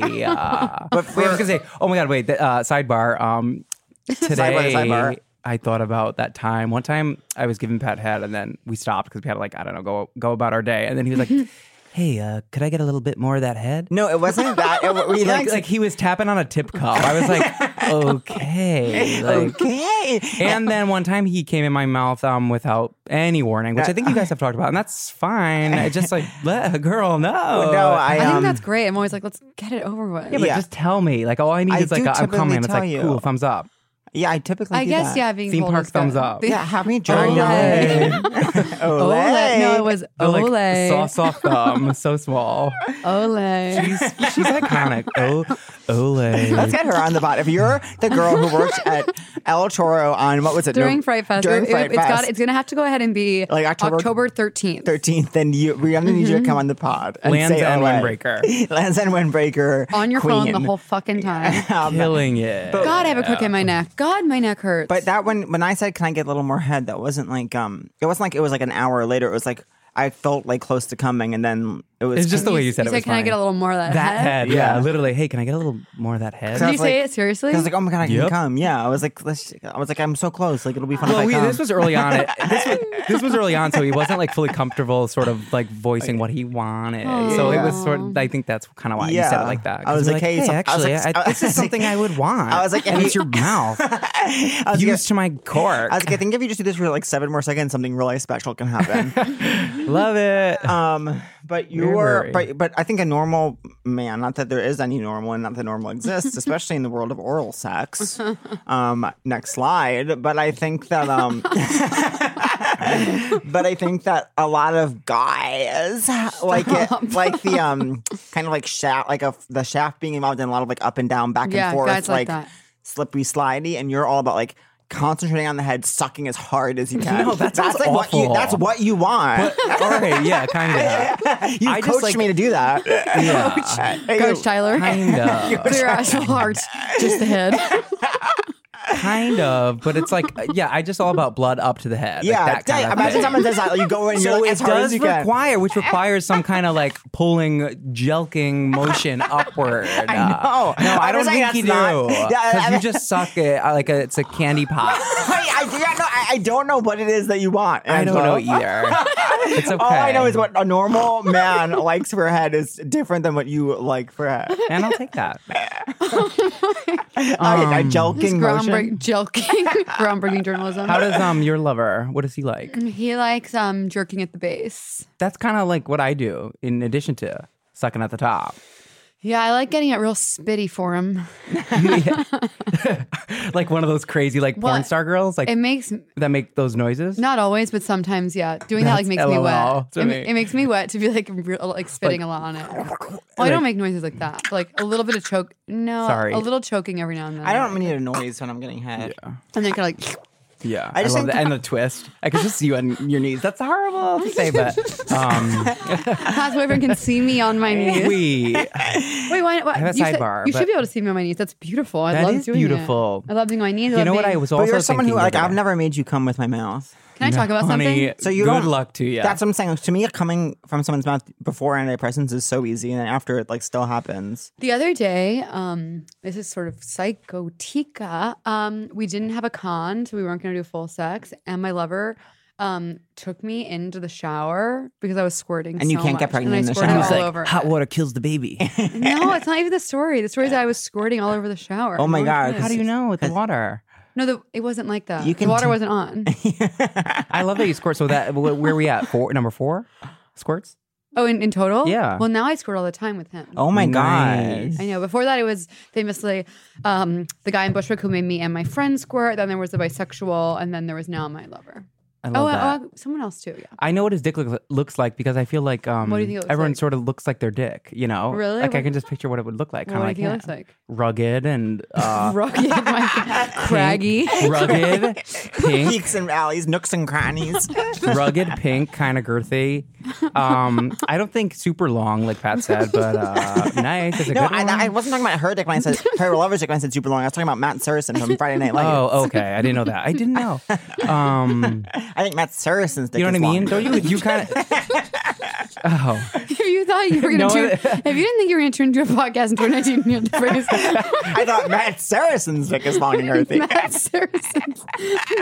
[SPEAKER 3] But
[SPEAKER 2] Wait, I was
[SPEAKER 3] for-
[SPEAKER 2] gonna say. Oh my god! Wait. The, uh, sidebar. Um, today
[SPEAKER 3] sidebar.
[SPEAKER 2] I thought about that time. One time I was giving Pat head, and then we stopped because we had to, like I don't know go go about our day, and then he was like, "Hey, uh, could I get a little bit more of that head?"
[SPEAKER 3] No, it wasn't that. It, we
[SPEAKER 2] Like,
[SPEAKER 3] like,
[SPEAKER 2] like he was tapping on a tip cup. I was like, okay. Like,
[SPEAKER 3] okay.
[SPEAKER 2] And then one time he came in my mouth um, without any warning, which I think you guys have talked about, and that's fine. I just like let a girl know.
[SPEAKER 3] no, I,
[SPEAKER 1] I
[SPEAKER 3] um,
[SPEAKER 1] think that's great. I'm always like, let's get it over with.
[SPEAKER 2] Yeah, but
[SPEAKER 3] Yeah.
[SPEAKER 2] just tell me. Like all I need
[SPEAKER 3] I
[SPEAKER 2] is like
[SPEAKER 3] do
[SPEAKER 2] a, a
[SPEAKER 3] typically
[SPEAKER 2] comment. It's
[SPEAKER 3] tell
[SPEAKER 2] like
[SPEAKER 3] you.
[SPEAKER 2] cool, thumbs up.
[SPEAKER 3] Yeah, I typically.
[SPEAKER 1] I
[SPEAKER 3] do
[SPEAKER 1] guess
[SPEAKER 3] that.
[SPEAKER 1] yeah, being
[SPEAKER 2] Theme
[SPEAKER 1] told
[SPEAKER 2] park
[SPEAKER 1] is good.
[SPEAKER 2] thumbs up.
[SPEAKER 3] Yeah, have me dry
[SPEAKER 1] Olay.
[SPEAKER 3] down.
[SPEAKER 1] Olay. No, it was
[SPEAKER 2] They're like,
[SPEAKER 1] Olay.
[SPEAKER 2] Soft, soft thumb, so small.
[SPEAKER 1] Olay.
[SPEAKER 2] She's, she's iconic. Oh, Olay.
[SPEAKER 3] Let's get her on the bot. If you're the girl who worked at El Toro on what was it
[SPEAKER 1] during
[SPEAKER 3] No,
[SPEAKER 1] Fright Fest.
[SPEAKER 3] during
[SPEAKER 1] It- it-
[SPEAKER 3] Fright
[SPEAKER 1] it's got.
[SPEAKER 3] Fest.
[SPEAKER 1] It's gonna have to go ahead and be
[SPEAKER 3] Like October-
[SPEAKER 1] thirteenth.
[SPEAKER 3] 13th, then you we're gonna need
[SPEAKER 1] Mm-hmm.
[SPEAKER 3] you to come on the pod and
[SPEAKER 2] Lands
[SPEAKER 3] say
[SPEAKER 2] and
[SPEAKER 3] LA.
[SPEAKER 2] Windbreaker.
[SPEAKER 3] Lands and Windbreaker
[SPEAKER 1] on your phone the
[SPEAKER 3] Queen.
[SPEAKER 1] whole fucking time.
[SPEAKER 3] Um,
[SPEAKER 2] Killing it.
[SPEAKER 1] God, I have a crook in my neck. God, my neck hurts.
[SPEAKER 3] But that one, when I said, "Can I get a little more head?" That wasn't like um, it wasn't like it was like an hour later. It was like I felt like close to coming, and then it was.
[SPEAKER 2] It's just the way you
[SPEAKER 1] you
[SPEAKER 2] said it
[SPEAKER 1] said,
[SPEAKER 2] was
[SPEAKER 1] "Can I get a
[SPEAKER 2] funny.
[SPEAKER 1] little more of that?"
[SPEAKER 2] that head. Yeah.
[SPEAKER 3] Yeah.
[SPEAKER 2] literally. Hey, can I get a little more of that head?
[SPEAKER 1] Did
[SPEAKER 3] I
[SPEAKER 1] you
[SPEAKER 3] was
[SPEAKER 1] say
[SPEAKER 3] like-
[SPEAKER 1] it seriously?
[SPEAKER 3] I was like, "Oh my god, I
[SPEAKER 2] Yep.
[SPEAKER 3] can come!" Yeah, I was like, "Let's." I was like, "I'm so close. Like um, it'll be fun." if
[SPEAKER 2] Well,
[SPEAKER 3] I
[SPEAKER 2] we,
[SPEAKER 3] come.
[SPEAKER 2] this was early on. It, this, was, this was early on, so he wasn't like fully comfortable, sort of like voicing what he wanted. So it was sort. of, I think that's kind of why you said it
[SPEAKER 3] Yeah.
[SPEAKER 2] like that.
[SPEAKER 3] I was
[SPEAKER 2] 'Cause you're
[SPEAKER 3] like, hey, so- I was
[SPEAKER 2] actually,
[SPEAKER 3] like-
[SPEAKER 2] I-
[SPEAKER 3] I
[SPEAKER 2] this is
[SPEAKER 3] was like-
[SPEAKER 2] something I would want.
[SPEAKER 3] I was like,
[SPEAKER 2] and
[SPEAKER 3] hey-
[SPEAKER 2] it's your mouth
[SPEAKER 3] I was like,
[SPEAKER 2] used to my cork.
[SPEAKER 3] I was like, I think if you just do this for like seven more seconds, something really special can happen.
[SPEAKER 2] Love it.
[SPEAKER 3] um, but
[SPEAKER 2] Weird
[SPEAKER 3] you're,
[SPEAKER 2] worry.
[SPEAKER 3] but but I think a normal man, not that there is any normal, and not that normal exists, especially in the world of oral sex. Um, next slide. But I think that um, but I think that a lot of guys like it, like the um, kind of like shaft, like a, the shaft being involved in a lot of like up and down, back
[SPEAKER 1] Yeah,
[SPEAKER 3] and forth,
[SPEAKER 1] guys like that.
[SPEAKER 3] slippery slidey, and you're all about like concentrating on the head, sucking as hard as you can.
[SPEAKER 2] No, that sounds
[SPEAKER 3] that's like what you
[SPEAKER 2] awful.
[SPEAKER 3] that's what you want.
[SPEAKER 2] All right, yeah, kind of.
[SPEAKER 3] you
[SPEAKER 2] I just,
[SPEAKER 3] coached
[SPEAKER 2] like-
[SPEAKER 3] me to do that.
[SPEAKER 2] Yeah.
[SPEAKER 3] Hey,
[SPEAKER 1] Coach Tyler,
[SPEAKER 2] Kind of.
[SPEAKER 1] clear out your heart, just the head.
[SPEAKER 2] kind of, but it's like, uh, yeah, I just all about blood up to the head. like
[SPEAKER 3] Yeah,
[SPEAKER 2] that kind
[SPEAKER 3] dang,
[SPEAKER 2] of
[SPEAKER 3] imagine
[SPEAKER 2] thing.
[SPEAKER 3] someone does that. Like, you go in and
[SPEAKER 2] So
[SPEAKER 3] you're like,
[SPEAKER 2] it
[SPEAKER 3] as hard
[SPEAKER 2] does
[SPEAKER 3] as you can.
[SPEAKER 2] require, which requires some kind of like pulling, jelking motion upward. I
[SPEAKER 3] know.
[SPEAKER 2] No, I,
[SPEAKER 3] I
[SPEAKER 2] don't
[SPEAKER 3] was like,
[SPEAKER 2] think
[SPEAKER 3] that's
[SPEAKER 2] you do.
[SPEAKER 3] not- Yeah, I-
[SPEAKER 2] Because
[SPEAKER 3] I-
[SPEAKER 2] you just suck it uh, like a, it's a candy pop.
[SPEAKER 3] I, I, yeah, no, I, I don't know what it is that you want.
[SPEAKER 2] I don't know
[SPEAKER 3] Angela.
[SPEAKER 2] either. It's okay.
[SPEAKER 3] All I know is what a normal man likes for head is different than what you like for head.
[SPEAKER 2] and I'll take that.
[SPEAKER 3] I, I
[SPEAKER 2] Um,
[SPEAKER 1] This
[SPEAKER 3] joking motion.
[SPEAKER 1] groundbreaking, joking, groundbreaking journalism.
[SPEAKER 2] How does um your lover? What does he like?
[SPEAKER 1] he likes um jerking at the base?
[SPEAKER 2] That's kind of like what I do. In addition to sucking at the top,
[SPEAKER 1] Yeah, I like getting it real spitty for him.
[SPEAKER 2] like one of those crazy like porn
[SPEAKER 1] Well,
[SPEAKER 2] star girls, like
[SPEAKER 1] It makes
[SPEAKER 2] that make those noises.
[SPEAKER 1] not always, but sometimes, yeah, doing that like
[SPEAKER 2] That's
[SPEAKER 1] makes me
[SPEAKER 2] LOL
[SPEAKER 1] wet.
[SPEAKER 2] to
[SPEAKER 1] It,
[SPEAKER 2] me.
[SPEAKER 1] it makes me wet to be like real, like spitting a lot on it. Well, I don't make noises like that. but, like a little bit of choke. No,
[SPEAKER 2] Sorry.
[SPEAKER 1] a little choking every now and then.
[SPEAKER 3] I don't need a noise when I'm getting head.
[SPEAKER 1] And then kind of like
[SPEAKER 2] Yeah,
[SPEAKER 3] I
[SPEAKER 2] I,
[SPEAKER 3] just
[SPEAKER 2] love
[SPEAKER 3] think-
[SPEAKER 2] that. And the twist, I could just see you on your knees. That's horrible to say, but um,
[SPEAKER 1] pass where everyone can see me on my knees.
[SPEAKER 2] we
[SPEAKER 1] Wait, why? why
[SPEAKER 2] I have a
[SPEAKER 1] you said-
[SPEAKER 2] sidebar,
[SPEAKER 1] you
[SPEAKER 2] but-
[SPEAKER 1] should be able to see me on my knees. That's beautiful. I
[SPEAKER 2] That
[SPEAKER 1] love
[SPEAKER 2] is
[SPEAKER 1] doing it.
[SPEAKER 2] beautiful.
[SPEAKER 1] I love being on my knees.
[SPEAKER 2] you know
[SPEAKER 1] love
[SPEAKER 2] what
[SPEAKER 1] being-
[SPEAKER 2] I was also
[SPEAKER 3] But you're someone who
[SPEAKER 2] thinking
[SPEAKER 3] like
[SPEAKER 2] the other
[SPEAKER 3] I've
[SPEAKER 2] day.
[SPEAKER 3] never made you come with my mouth.
[SPEAKER 1] Can I talk about
[SPEAKER 2] honey.
[SPEAKER 1] something?
[SPEAKER 2] So
[SPEAKER 3] So
[SPEAKER 2] you
[SPEAKER 3] you
[SPEAKER 2] good
[SPEAKER 3] don't-
[SPEAKER 2] luck to you.
[SPEAKER 3] That's what I'm saying. To me, coming from someone's mouth before antidepressants is so easy, and then after it like still happens.
[SPEAKER 1] The other day, um, this is sort of psychotica. Um, we didn't have a con, so we weren't going to do full sex, and my lover um took me into the shower because I was squirting.
[SPEAKER 3] And you
[SPEAKER 1] so
[SPEAKER 3] can't get
[SPEAKER 1] much, and
[SPEAKER 3] pregnant
[SPEAKER 1] I
[SPEAKER 3] in the
[SPEAKER 1] squirted
[SPEAKER 3] shower.
[SPEAKER 1] all
[SPEAKER 3] He was
[SPEAKER 1] over.
[SPEAKER 2] water kills the baby.
[SPEAKER 1] no, it's not even the story. The story is that I was squirting all over the shower.
[SPEAKER 3] Oh my god!
[SPEAKER 2] How do you know with the water?
[SPEAKER 1] No, the, it wasn't like that.
[SPEAKER 3] You
[SPEAKER 1] the
[SPEAKER 3] can
[SPEAKER 1] water
[SPEAKER 3] t-
[SPEAKER 1] wasn't on.
[SPEAKER 2] I love that you squirt. So that wh- where we at? Four number four squirts.
[SPEAKER 1] Oh, in, in total?
[SPEAKER 2] Yeah.
[SPEAKER 1] Well, now I squirt all the time with him.
[SPEAKER 3] Oh my
[SPEAKER 2] Nice.
[SPEAKER 3] god!
[SPEAKER 1] I know. Before that, it was famously um, the guy in Bushwick who made me and my friend squirt. Then there was the bisexual, and then there was now my lover.
[SPEAKER 2] I
[SPEAKER 1] Oh,
[SPEAKER 2] love that.
[SPEAKER 1] uh, oh, someone else too. Yeah.
[SPEAKER 2] I know what his dick look, looks like because I feel like um,
[SPEAKER 1] What do you think it looks
[SPEAKER 2] everyone
[SPEAKER 1] like?
[SPEAKER 2] sort of looks like their dick, you know?
[SPEAKER 1] Really?
[SPEAKER 2] Like I
[SPEAKER 1] What-
[SPEAKER 2] can just picture what it would look like. Kind
[SPEAKER 1] what
[SPEAKER 2] of
[SPEAKER 1] do you
[SPEAKER 2] like,
[SPEAKER 1] think it
[SPEAKER 2] yeah,
[SPEAKER 1] looks like?
[SPEAKER 2] rugged and uh,
[SPEAKER 1] Rocky, my God. craggy.
[SPEAKER 2] pink, rugged, pink,
[SPEAKER 3] Peaks and valleys, nooks and crannies.
[SPEAKER 2] rugged pink, kind of girthy. Um, I don't think super long, like Pat said, but uh, nice. It's a
[SPEAKER 3] no,
[SPEAKER 2] good
[SPEAKER 3] I,
[SPEAKER 2] one.
[SPEAKER 3] I wasn't talking about her dick when I said her lover's dick when I said super long. I was talking about Matt Saracen from Friday Night Lights.
[SPEAKER 2] oh, okay. I didn't know that. I didn't know. Um,
[SPEAKER 3] I think Matt Saracen's dick.
[SPEAKER 2] you know what I
[SPEAKER 3] is
[SPEAKER 2] mean?
[SPEAKER 3] long.
[SPEAKER 2] Don't you? You kind of. Oh,
[SPEAKER 1] if you thought you were gonna
[SPEAKER 2] No,
[SPEAKER 1] turn,
[SPEAKER 2] it-
[SPEAKER 1] if you didn't think you were gonna turn into a podcast in 2019, you had the phrase
[SPEAKER 3] I thought Matt Saracen's dick is long and girthy.
[SPEAKER 1] Matt Saracen's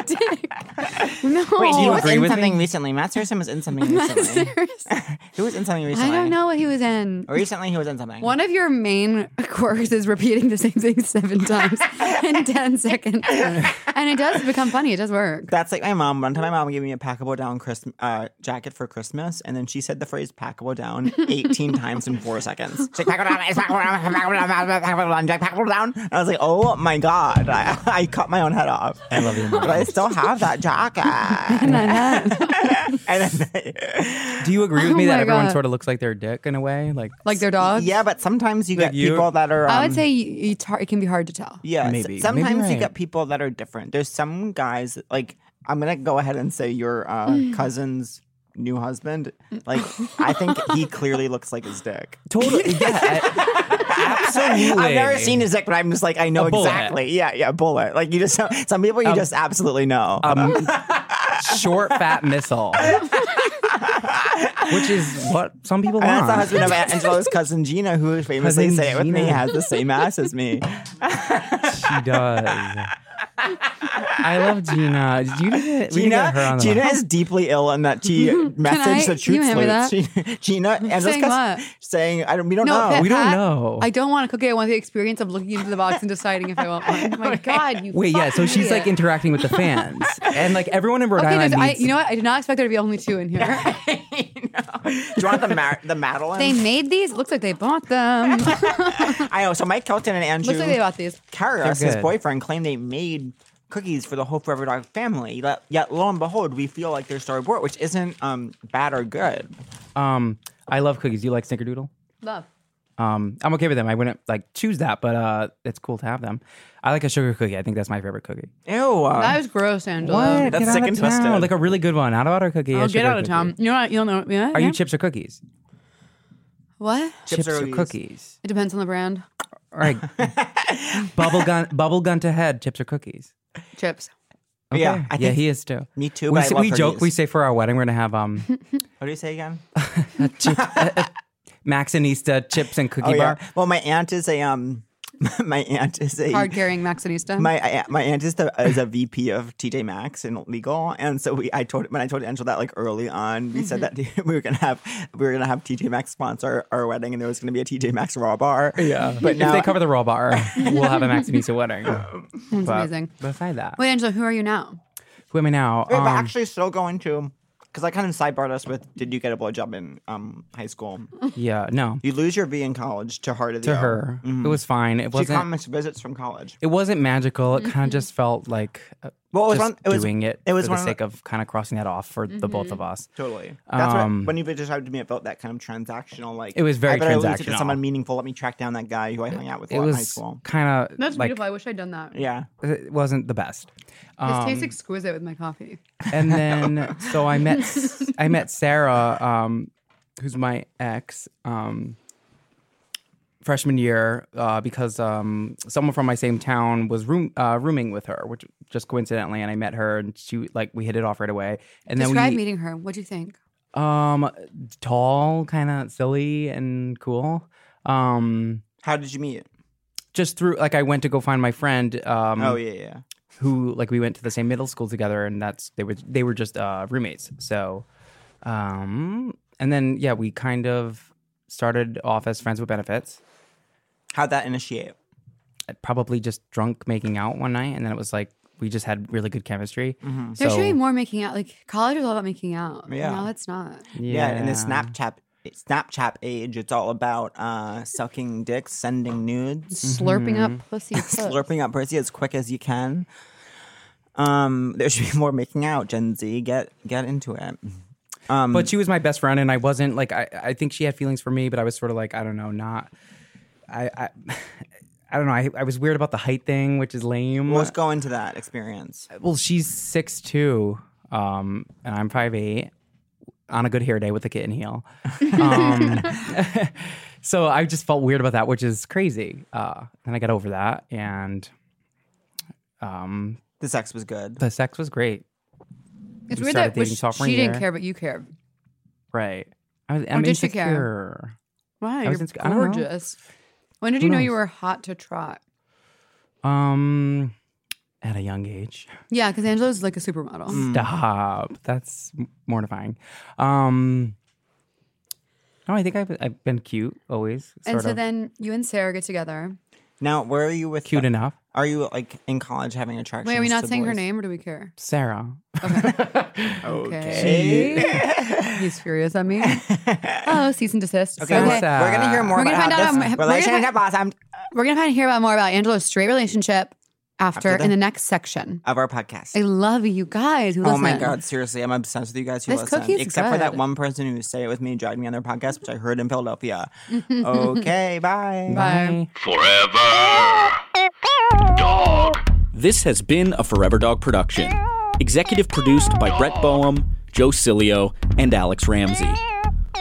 [SPEAKER 1] dick. No,
[SPEAKER 3] Wait, he
[SPEAKER 2] you
[SPEAKER 3] was
[SPEAKER 2] agree
[SPEAKER 3] in
[SPEAKER 2] with
[SPEAKER 3] something recently. Matt Saracen was in something recently.
[SPEAKER 1] Saracen.
[SPEAKER 3] He was in something
[SPEAKER 1] I
[SPEAKER 3] recently.
[SPEAKER 1] don't know what he was in.
[SPEAKER 3] Recently, he was in something.
[SPEAKER 1] One of your main quirks is repeating the same thing seven times. in 10 seconds. And it does become funny. It does work.
[SPEAKER 3] That's like my mom. One time, my mom gave me a packable down Christ- uh, jacket for Christmas, and then she said the phrase "packable down" eighteen times in four seconds. She's like, "Packable down, it's packable down, packable down, packable down, packable down, Jack, packable down." And I was like, "Oh my god!" I, I cut my own head off. I love you, but I still have that jacket. and then,
[SPEAKER 2] Do you agree with
[SPEAKER 1] Oh
[SPEAKER 2] me that
[SPEAKER 1] my
[SPEAKER 2] everyone
[SPEAKER 1] God.
[SPEAKER 2] sort of looks like their dick in a way? Like,
[SPEAKER 1] Like their dogs?
[SPEAKER 3] yeah, but sometimes you
[SPEAKER 2] Like
[SPEAKER 3] get
[SPEAKER 2] you-
[SPEAKER 3] people that are.
[SPEAKER 1] I would
[SPEAKER 3] um,
[SPEAKER 1] say y- it's hard, it can be hard to tell.
[SPEAKER 3] Yeah, s-
[SPEAKER 2] Maybe. Maybe
[SPEAKER 3] Sometimes you
[SPEAKER 2] right.
[SPEAKER 3] get people that are different. There's some guys like I'm gonna go ahead and say your uh,
[SPEAKER 1] Mm.
[SPEAKER 3] cousin's new husband. Like I think he clearly looks like his dick.
[SPEAKER 2] totally. Yeah, I- absolutely.
[SPEAKER 3] I've never seen his dick, but I'm just like I know
[SPEAKER 2] A bullet.
[SPEAKER 3] exactly. Yeah, yeah, bullet. Like you just some people you just absolutely know.
[SPEAKER 2] um, short, fat missile, which is what some people
[SPEAKER 3] and that's
[SPEAKER 2] want.
[SPEAKER 3] the husband of Angelo's cousin Gina, who famously
[SPEAKER 2] Cousin
[SPEAKER 3] say it with me,
[SPEAKER 2] Gina.
[SPEAKER 3] has the same ass as me.
[SPEAKER 2] She does. I love Gina. You did, we need to
[SPEAKER 3] Gina,
[SPEAKER 2] get her on the
[SPEAKER 3] Gina is deeply ill, and that she messaged
[SPEAKER 1] I-
[SPEAKER 3] the
[SPEAKER 1] can you
[SPEAKER 3] truth
[SPEAKER 1] hand me that?
[SPEAKER 3] sleuth. She- Gina, Angela's
[SPEAKER 1] Saying
[SPEAKER 3] cousin,
[SPEAKER 1] what?
[SPEAKER 3] saying I don't. We don't
[SPEAKER 1] No,
[SPEAKER 3] know.
[SPEAKER 1] Pat-
[SPEAKER 2] We don't
[SPEAKER 1] I-
[SPEAKER 2] know.
[SPEAKER 1] I don't want a cookie. I want the experience of looking into the box and deciding if I want one. Oh my God, you
[SPEAKER 2] Wait, yeah. So
[SPEAKER 1] fucking
[SPEAKER 2] she's like
[SPEAKER 1] idiot.
[SPEAKER 2] interacting with the fans, and like everyone in Rhode
[SPEAKER 1] Okay,
[SPEAKER 2] Island.
[SPEAKER 1] there's- I,
[SPEAKER 2] needs-
[SPEAKER 1] you know what? I did not expect there to be only two in here.
[SPEAKER 3] Do you want the Mar- the Madeline?
[SPEAKER 1] they made these. Looks like they bought them.
[SPEAKER 3] I know. So Mike Kelton and Andrew
[SPEAKER 1] Looks like they bought these.
[SPEAKER 3] Karras,
[SPEAKER 2] They're
[SPEAKER 3] his
[SPEAKER 2] good.
[SPEAKER 3] boyfriend, claimed they made cookies for the whole Forever Dog family. Yet, yet lo and behold, we feel like they're story board, which isn't um, bad or good.
[SPEAKER 2] um, I love cookies. You like Snickerdoodle?
[SPEAKER 1] Love.
[SPEAKER 2] Um, I'm okay with them. I wouldn't like choose that, but uh, it's cool to have them. I like a sugar cookie. I think that's my favorite cookie.
[SPEAKER 3] Ew. Um,
[SPEAKER 1] That was gross, Angela.
[SPEAKER 2] What?
[SPEAKER 3] That's
[SPEAKER 2] Get out
[SPEAKER 3] sick
[SPEAKER 2] of
[SPEAKER 3] and
[SPEAKER 2] town.
[SPEAKER 3] twisted.
[SPEAKER 2] Like a really good one. Not about a cookie.
[SPEAKER 1] Oh,
[SPEAKER 2] a
[SPEAKER 1] get
[SPEAKER 2] sugar
[SPEAKER 1] out of
[SPEAKER 2] cookie.
[SPEAKER 1] town. You know what? You don't know. Yeah,
[SPEAKER 2] Are
[SPEAKER 1] yeah.
[SPEAKER 2] you chips or cookies?
[SPEAKER 1] what?
[SPEAKER 3] Chips or
[SPEAKER 2] or
[SPEAKER 3] cookies?
[SPEAKER 2] cookies?
[SPEAKER 1] It depends on the brand.
[SPEAKER 2] All right. bubble gun, bubble gun to head. Chips or cookies?
[SPEAKER 1] Chips.
[SPEAKER 2] Okay.
[SPEAKER 3] Yeah, I
[SPEAKER 2] yeah,
[SPEAKER 3] think-
[SPEAKER 2] he is too.
[SPEAKER 3] Me too,
[SPEAKER 2] We,
[SPEAKER 3] but I
[SPEAKER 2] say-
[SPEAKER 3] love
[SPEAKER 2] we joke.
[SPEAKER 3] cookies.
[SPEAKER 2] We say for our wedding, we're gonna have um,
[SPEAKER 3] What do you say again?
[SPEAKER 2] Maxinista chips and cookie
[SPEAKER 3] Oh, yeah.
[SPEAKER 2] bar.
[SPEAKER 3] Well, my aunt is a um, my aunt is a
[SPEAKER 1] Card carrying Maxinista.
[SPEAKER 2] uh,
[SPEAKER 3] My I- my aunt is, the, is a VP of TJ Maxx in legal, and so we I told when I told Angela that like early on, we said that
[SPEAKER 2] Mm-hmm.
[SPEAKER 3] we were gonna have we were gonna have TJ Maxx sponsor our wedding, and there was gonna be a TJ Maxx raw bar.
[SPEAKER 2] Yeah,
[SPEAKER 3] Uh, but
[SPEAKER 2] if
[SPEAKER 3] now
[SPEAKER 2] they cover the raw bar, we'll have a Maxinista wedding.
[SPEAKER 1] That's
[SPEAKER 2] But
[SPEAKER 1] amazing.
[SPEAKER 2] Beside that,
[SPEAKER 1] Wait, Angela, who are you now?
[SPEAKER 2] who am I now?
[SPEAKER 3] Wait, but
[SPEAKER 2] Um,
[SPEAKER 3] actually, still going to because I kind of sidebarred us with did you get a blowjob in um high school?
[SPEAKER 2] yeah, no,
[SPEAKER 3] You lose your V in college to heart of the
[SPEAKER 2] to
[SPEAKER 3] O.
[SPEAKER 2] her, it was fine. It
[SPEAKER 3] She
[SPEAKER 2] wasn't.
[SPEAKER 3] comments visits from college.
[SPEAKER 2] it wasn't magical. It
[SPEAKER 1] Mm-hmm.
[SPEAKER 2] kind of just felt like uh,
[SPEAKER 3] Well, it was
[SPEAKER 2] just
[SPEAKER 3] one- it was-
[SPEAKER 2] doing it,
[SPEAKER 3] it was one
[SPEAKER 2] for the
[SPEAKER 3] of the-
[SPEAKER 2] sake of kind of crossing that off for the
[SPEAKER 1] Mm-hmm.
[SPEAKER 2] both of us.
[SPEAKER 3] Totally. That's
[SPEAKER 2] Um,
[SPEAKER 3] what, when you described to me, it felt that kind of transactional. Like
[SPEAKER 2] It was very
[SPEAKER 3] I better lose it to
[SPEAKER 2] transactional.
[SPEAKER 3] someone meaningful. Let me track down that guy who I hung out with a
[SPEAKER 2] It
[SPEAKER 3] lot in high
[SPEAKER 2] was
[SPEAKER 3] school.
[SPEAKER 2] kind of
[SPEAKER 1] That's
[SPEAKER 2] like
[SPEAKER 1] beautiful. I wish I'd done that.
[SPEAKER 3] Yeah.
[SPEAKER 2] it wasn't the best. um,
[SPEAKER 1] This tastes exquisite with my coffee.
[SPEAKER 2] and then so I met I met Sarah, um, who's my ex, um, freshman year uh, because um, someone from my same town was room uh, rooming with her, which just coincidentally, and I met her and she like we hit it off right away. And then
[SPEAKER 1] Describe
[SPEAKER 2] we
[SPEAKER 1] meeting her. What'd you think?
[SPEAKER 2] um tall, kind of silly and cool. Um,
[SPEAKER 3] How did you meet?
[SPEAKER 2] just through like I went to go find my friend. Um,
[SPEAKER 3] Oh yeah, yeah.
[SPEAKER 2] who like we went to the same middle school together and that's they were they were just uh roommates so um and then yeah we kind of started off as friends with benefits
[SPEAKER 3] How'd that initiate?
[SPEAKER 2] probably just drunk making out one night and then it was like we just had really good chemistry
[SPEAKER 1] There should be
[SPEAKER 2] So-
[SPEAKER 1] more making out. Like college was all about making out.
[SPEAKER 3] Yeah.
[SPEAKER 1] Now it's not.
[SPEAKER 2] Mm-hmm.
[SPEAKER 3] Yeah. in the Snapchat Snapchat age, it's all about uh, sucking dicks, sending nudes,
[SPEAKER 1] Slurping up pussy.
[SPEAKER 2] Mm.
[SPEAKER 1] Slurp.
[SPEAKER 3] slurping up pussy as quick as you can. Um, there should be more making out, Gen Z. Get get into it.
[SPEAKER 2] Mm. but she was my best friend and i wasn't like i i think she had feelings for me but i was sort of like i don't know not i i I don't know. I, I was weird about the height thing, which is lame.
[SPEAKER 3] Let's go into that experience.
[SPEAKER 2] Well, she's six two, um, and I'm five eight. On a good hair day with a kitten heel, um, so I just felt weird about that, which is crazy. Uh, and I got over that, and um,
[SPEAKER 3] The sex was good.
[SPEAKER 2] the sex was great,
[SPEAKER 1] It's
[SPEAKER 2] We
[SPEAKER 1] weird
[SPEAKER 2] started
[SPEAKER 1] that was-
[SPEAKER 2] dating sophomore
[SPEAKER 1] she didn't
[SPEAKER 2] year.
[SPEAKER 1] care, but you cared.
[SPEAKER 2] right? I was,
[SPEAKER 1] Or
[SPEAKER 2] I'm
[SPEAKER 1] did she care?
[SPEAKER 2] insecure.
[SPEAKER 1] Wow,
[SPEAKER 2] was
[SPEAKER 1] you're
[SPEAKER 2] in sc- I don't know.
[SPEAKER 1] gorgeous. When did you know you
[SPEAKER 2] knows?
[SPEAKER 1] were hot to trot?
[SPEAKER 2] Um, at a young age.
[SPEAKER 1] Yeah, because Angela's like a supermodel.
[SPEAKER 2] Mm, Stop. That's mortifying. Um, no, I think I've, I've been cute always. Sort
[SPEAKER 1] and so
[SPEAKER 2] of.
[SPEAKER 1] then you and Sarah get together.
[SPEAKER 3] Now, where are you with?
[SPEAKER 2] Cute
[SPEAKER 3] the-
[SPEAKER 2] enough.
[SPEAKER 3] Are you like in college having attractions?
[SPEAKER 1] Wait, are we not
[SPEAKER 3] to
[SPEAKER 1] saying her
[SPEAKER 3] boys?
[SPEAKER 1] name or do we care?
[SPEAKER 2] Sarah.
[SPEAKER 1] Okay. He's furious at me. oh, cease and desist.
[SPEAKER 3] Okay, we're,
[SPEAKER 2] Sarah.
[SPEAKER 3] we're gonna hear more
[SPEAKER 1] We're gonna
[SPEAKER 3] about
[SPEAKER 1] find
[SPEAKER 3] how
[SPEAKER 1] out
[SPEAKER 3] this
[SPEAKER 1] how- we're gonna
[SPEAKER 3] relationship
[SPEAKER 1] find-
[SPEAKER 3] boss I'm,
[SPEAKER 1] We're gonna find hear about more about Angela's straight relationship after,
[SPEAKER 3] After the-
[SPEAKER 1] in the next section.
[SPEAKER 3] of our podcast.
[SPEAKER 1] I love you guys. Who
[SPEAKER 3] Oh
[SPEAKER 1] listen.
[SPEAKER 3] my god, seriously, I'm obsessed with you guys who
[SPEAKER 1] This
[SPEAKER 3] listen.
[SPEAKER 1] cookie's
[SPEAKER 3] Except for that
[SPEAKER 1] good.
[SPEAKER 3] one person who stayed with me and dragged me on their podcast, which I heard in Philadelphia. okay, bye.
[SPEAKER 1] Bye.
[SPEAKER 5] Forever. Dog.
[SPEAKER 6] This has been a Forever Dog production. Executive produced by Brett Boehm, Joe Cilio, and Alex Ramsey.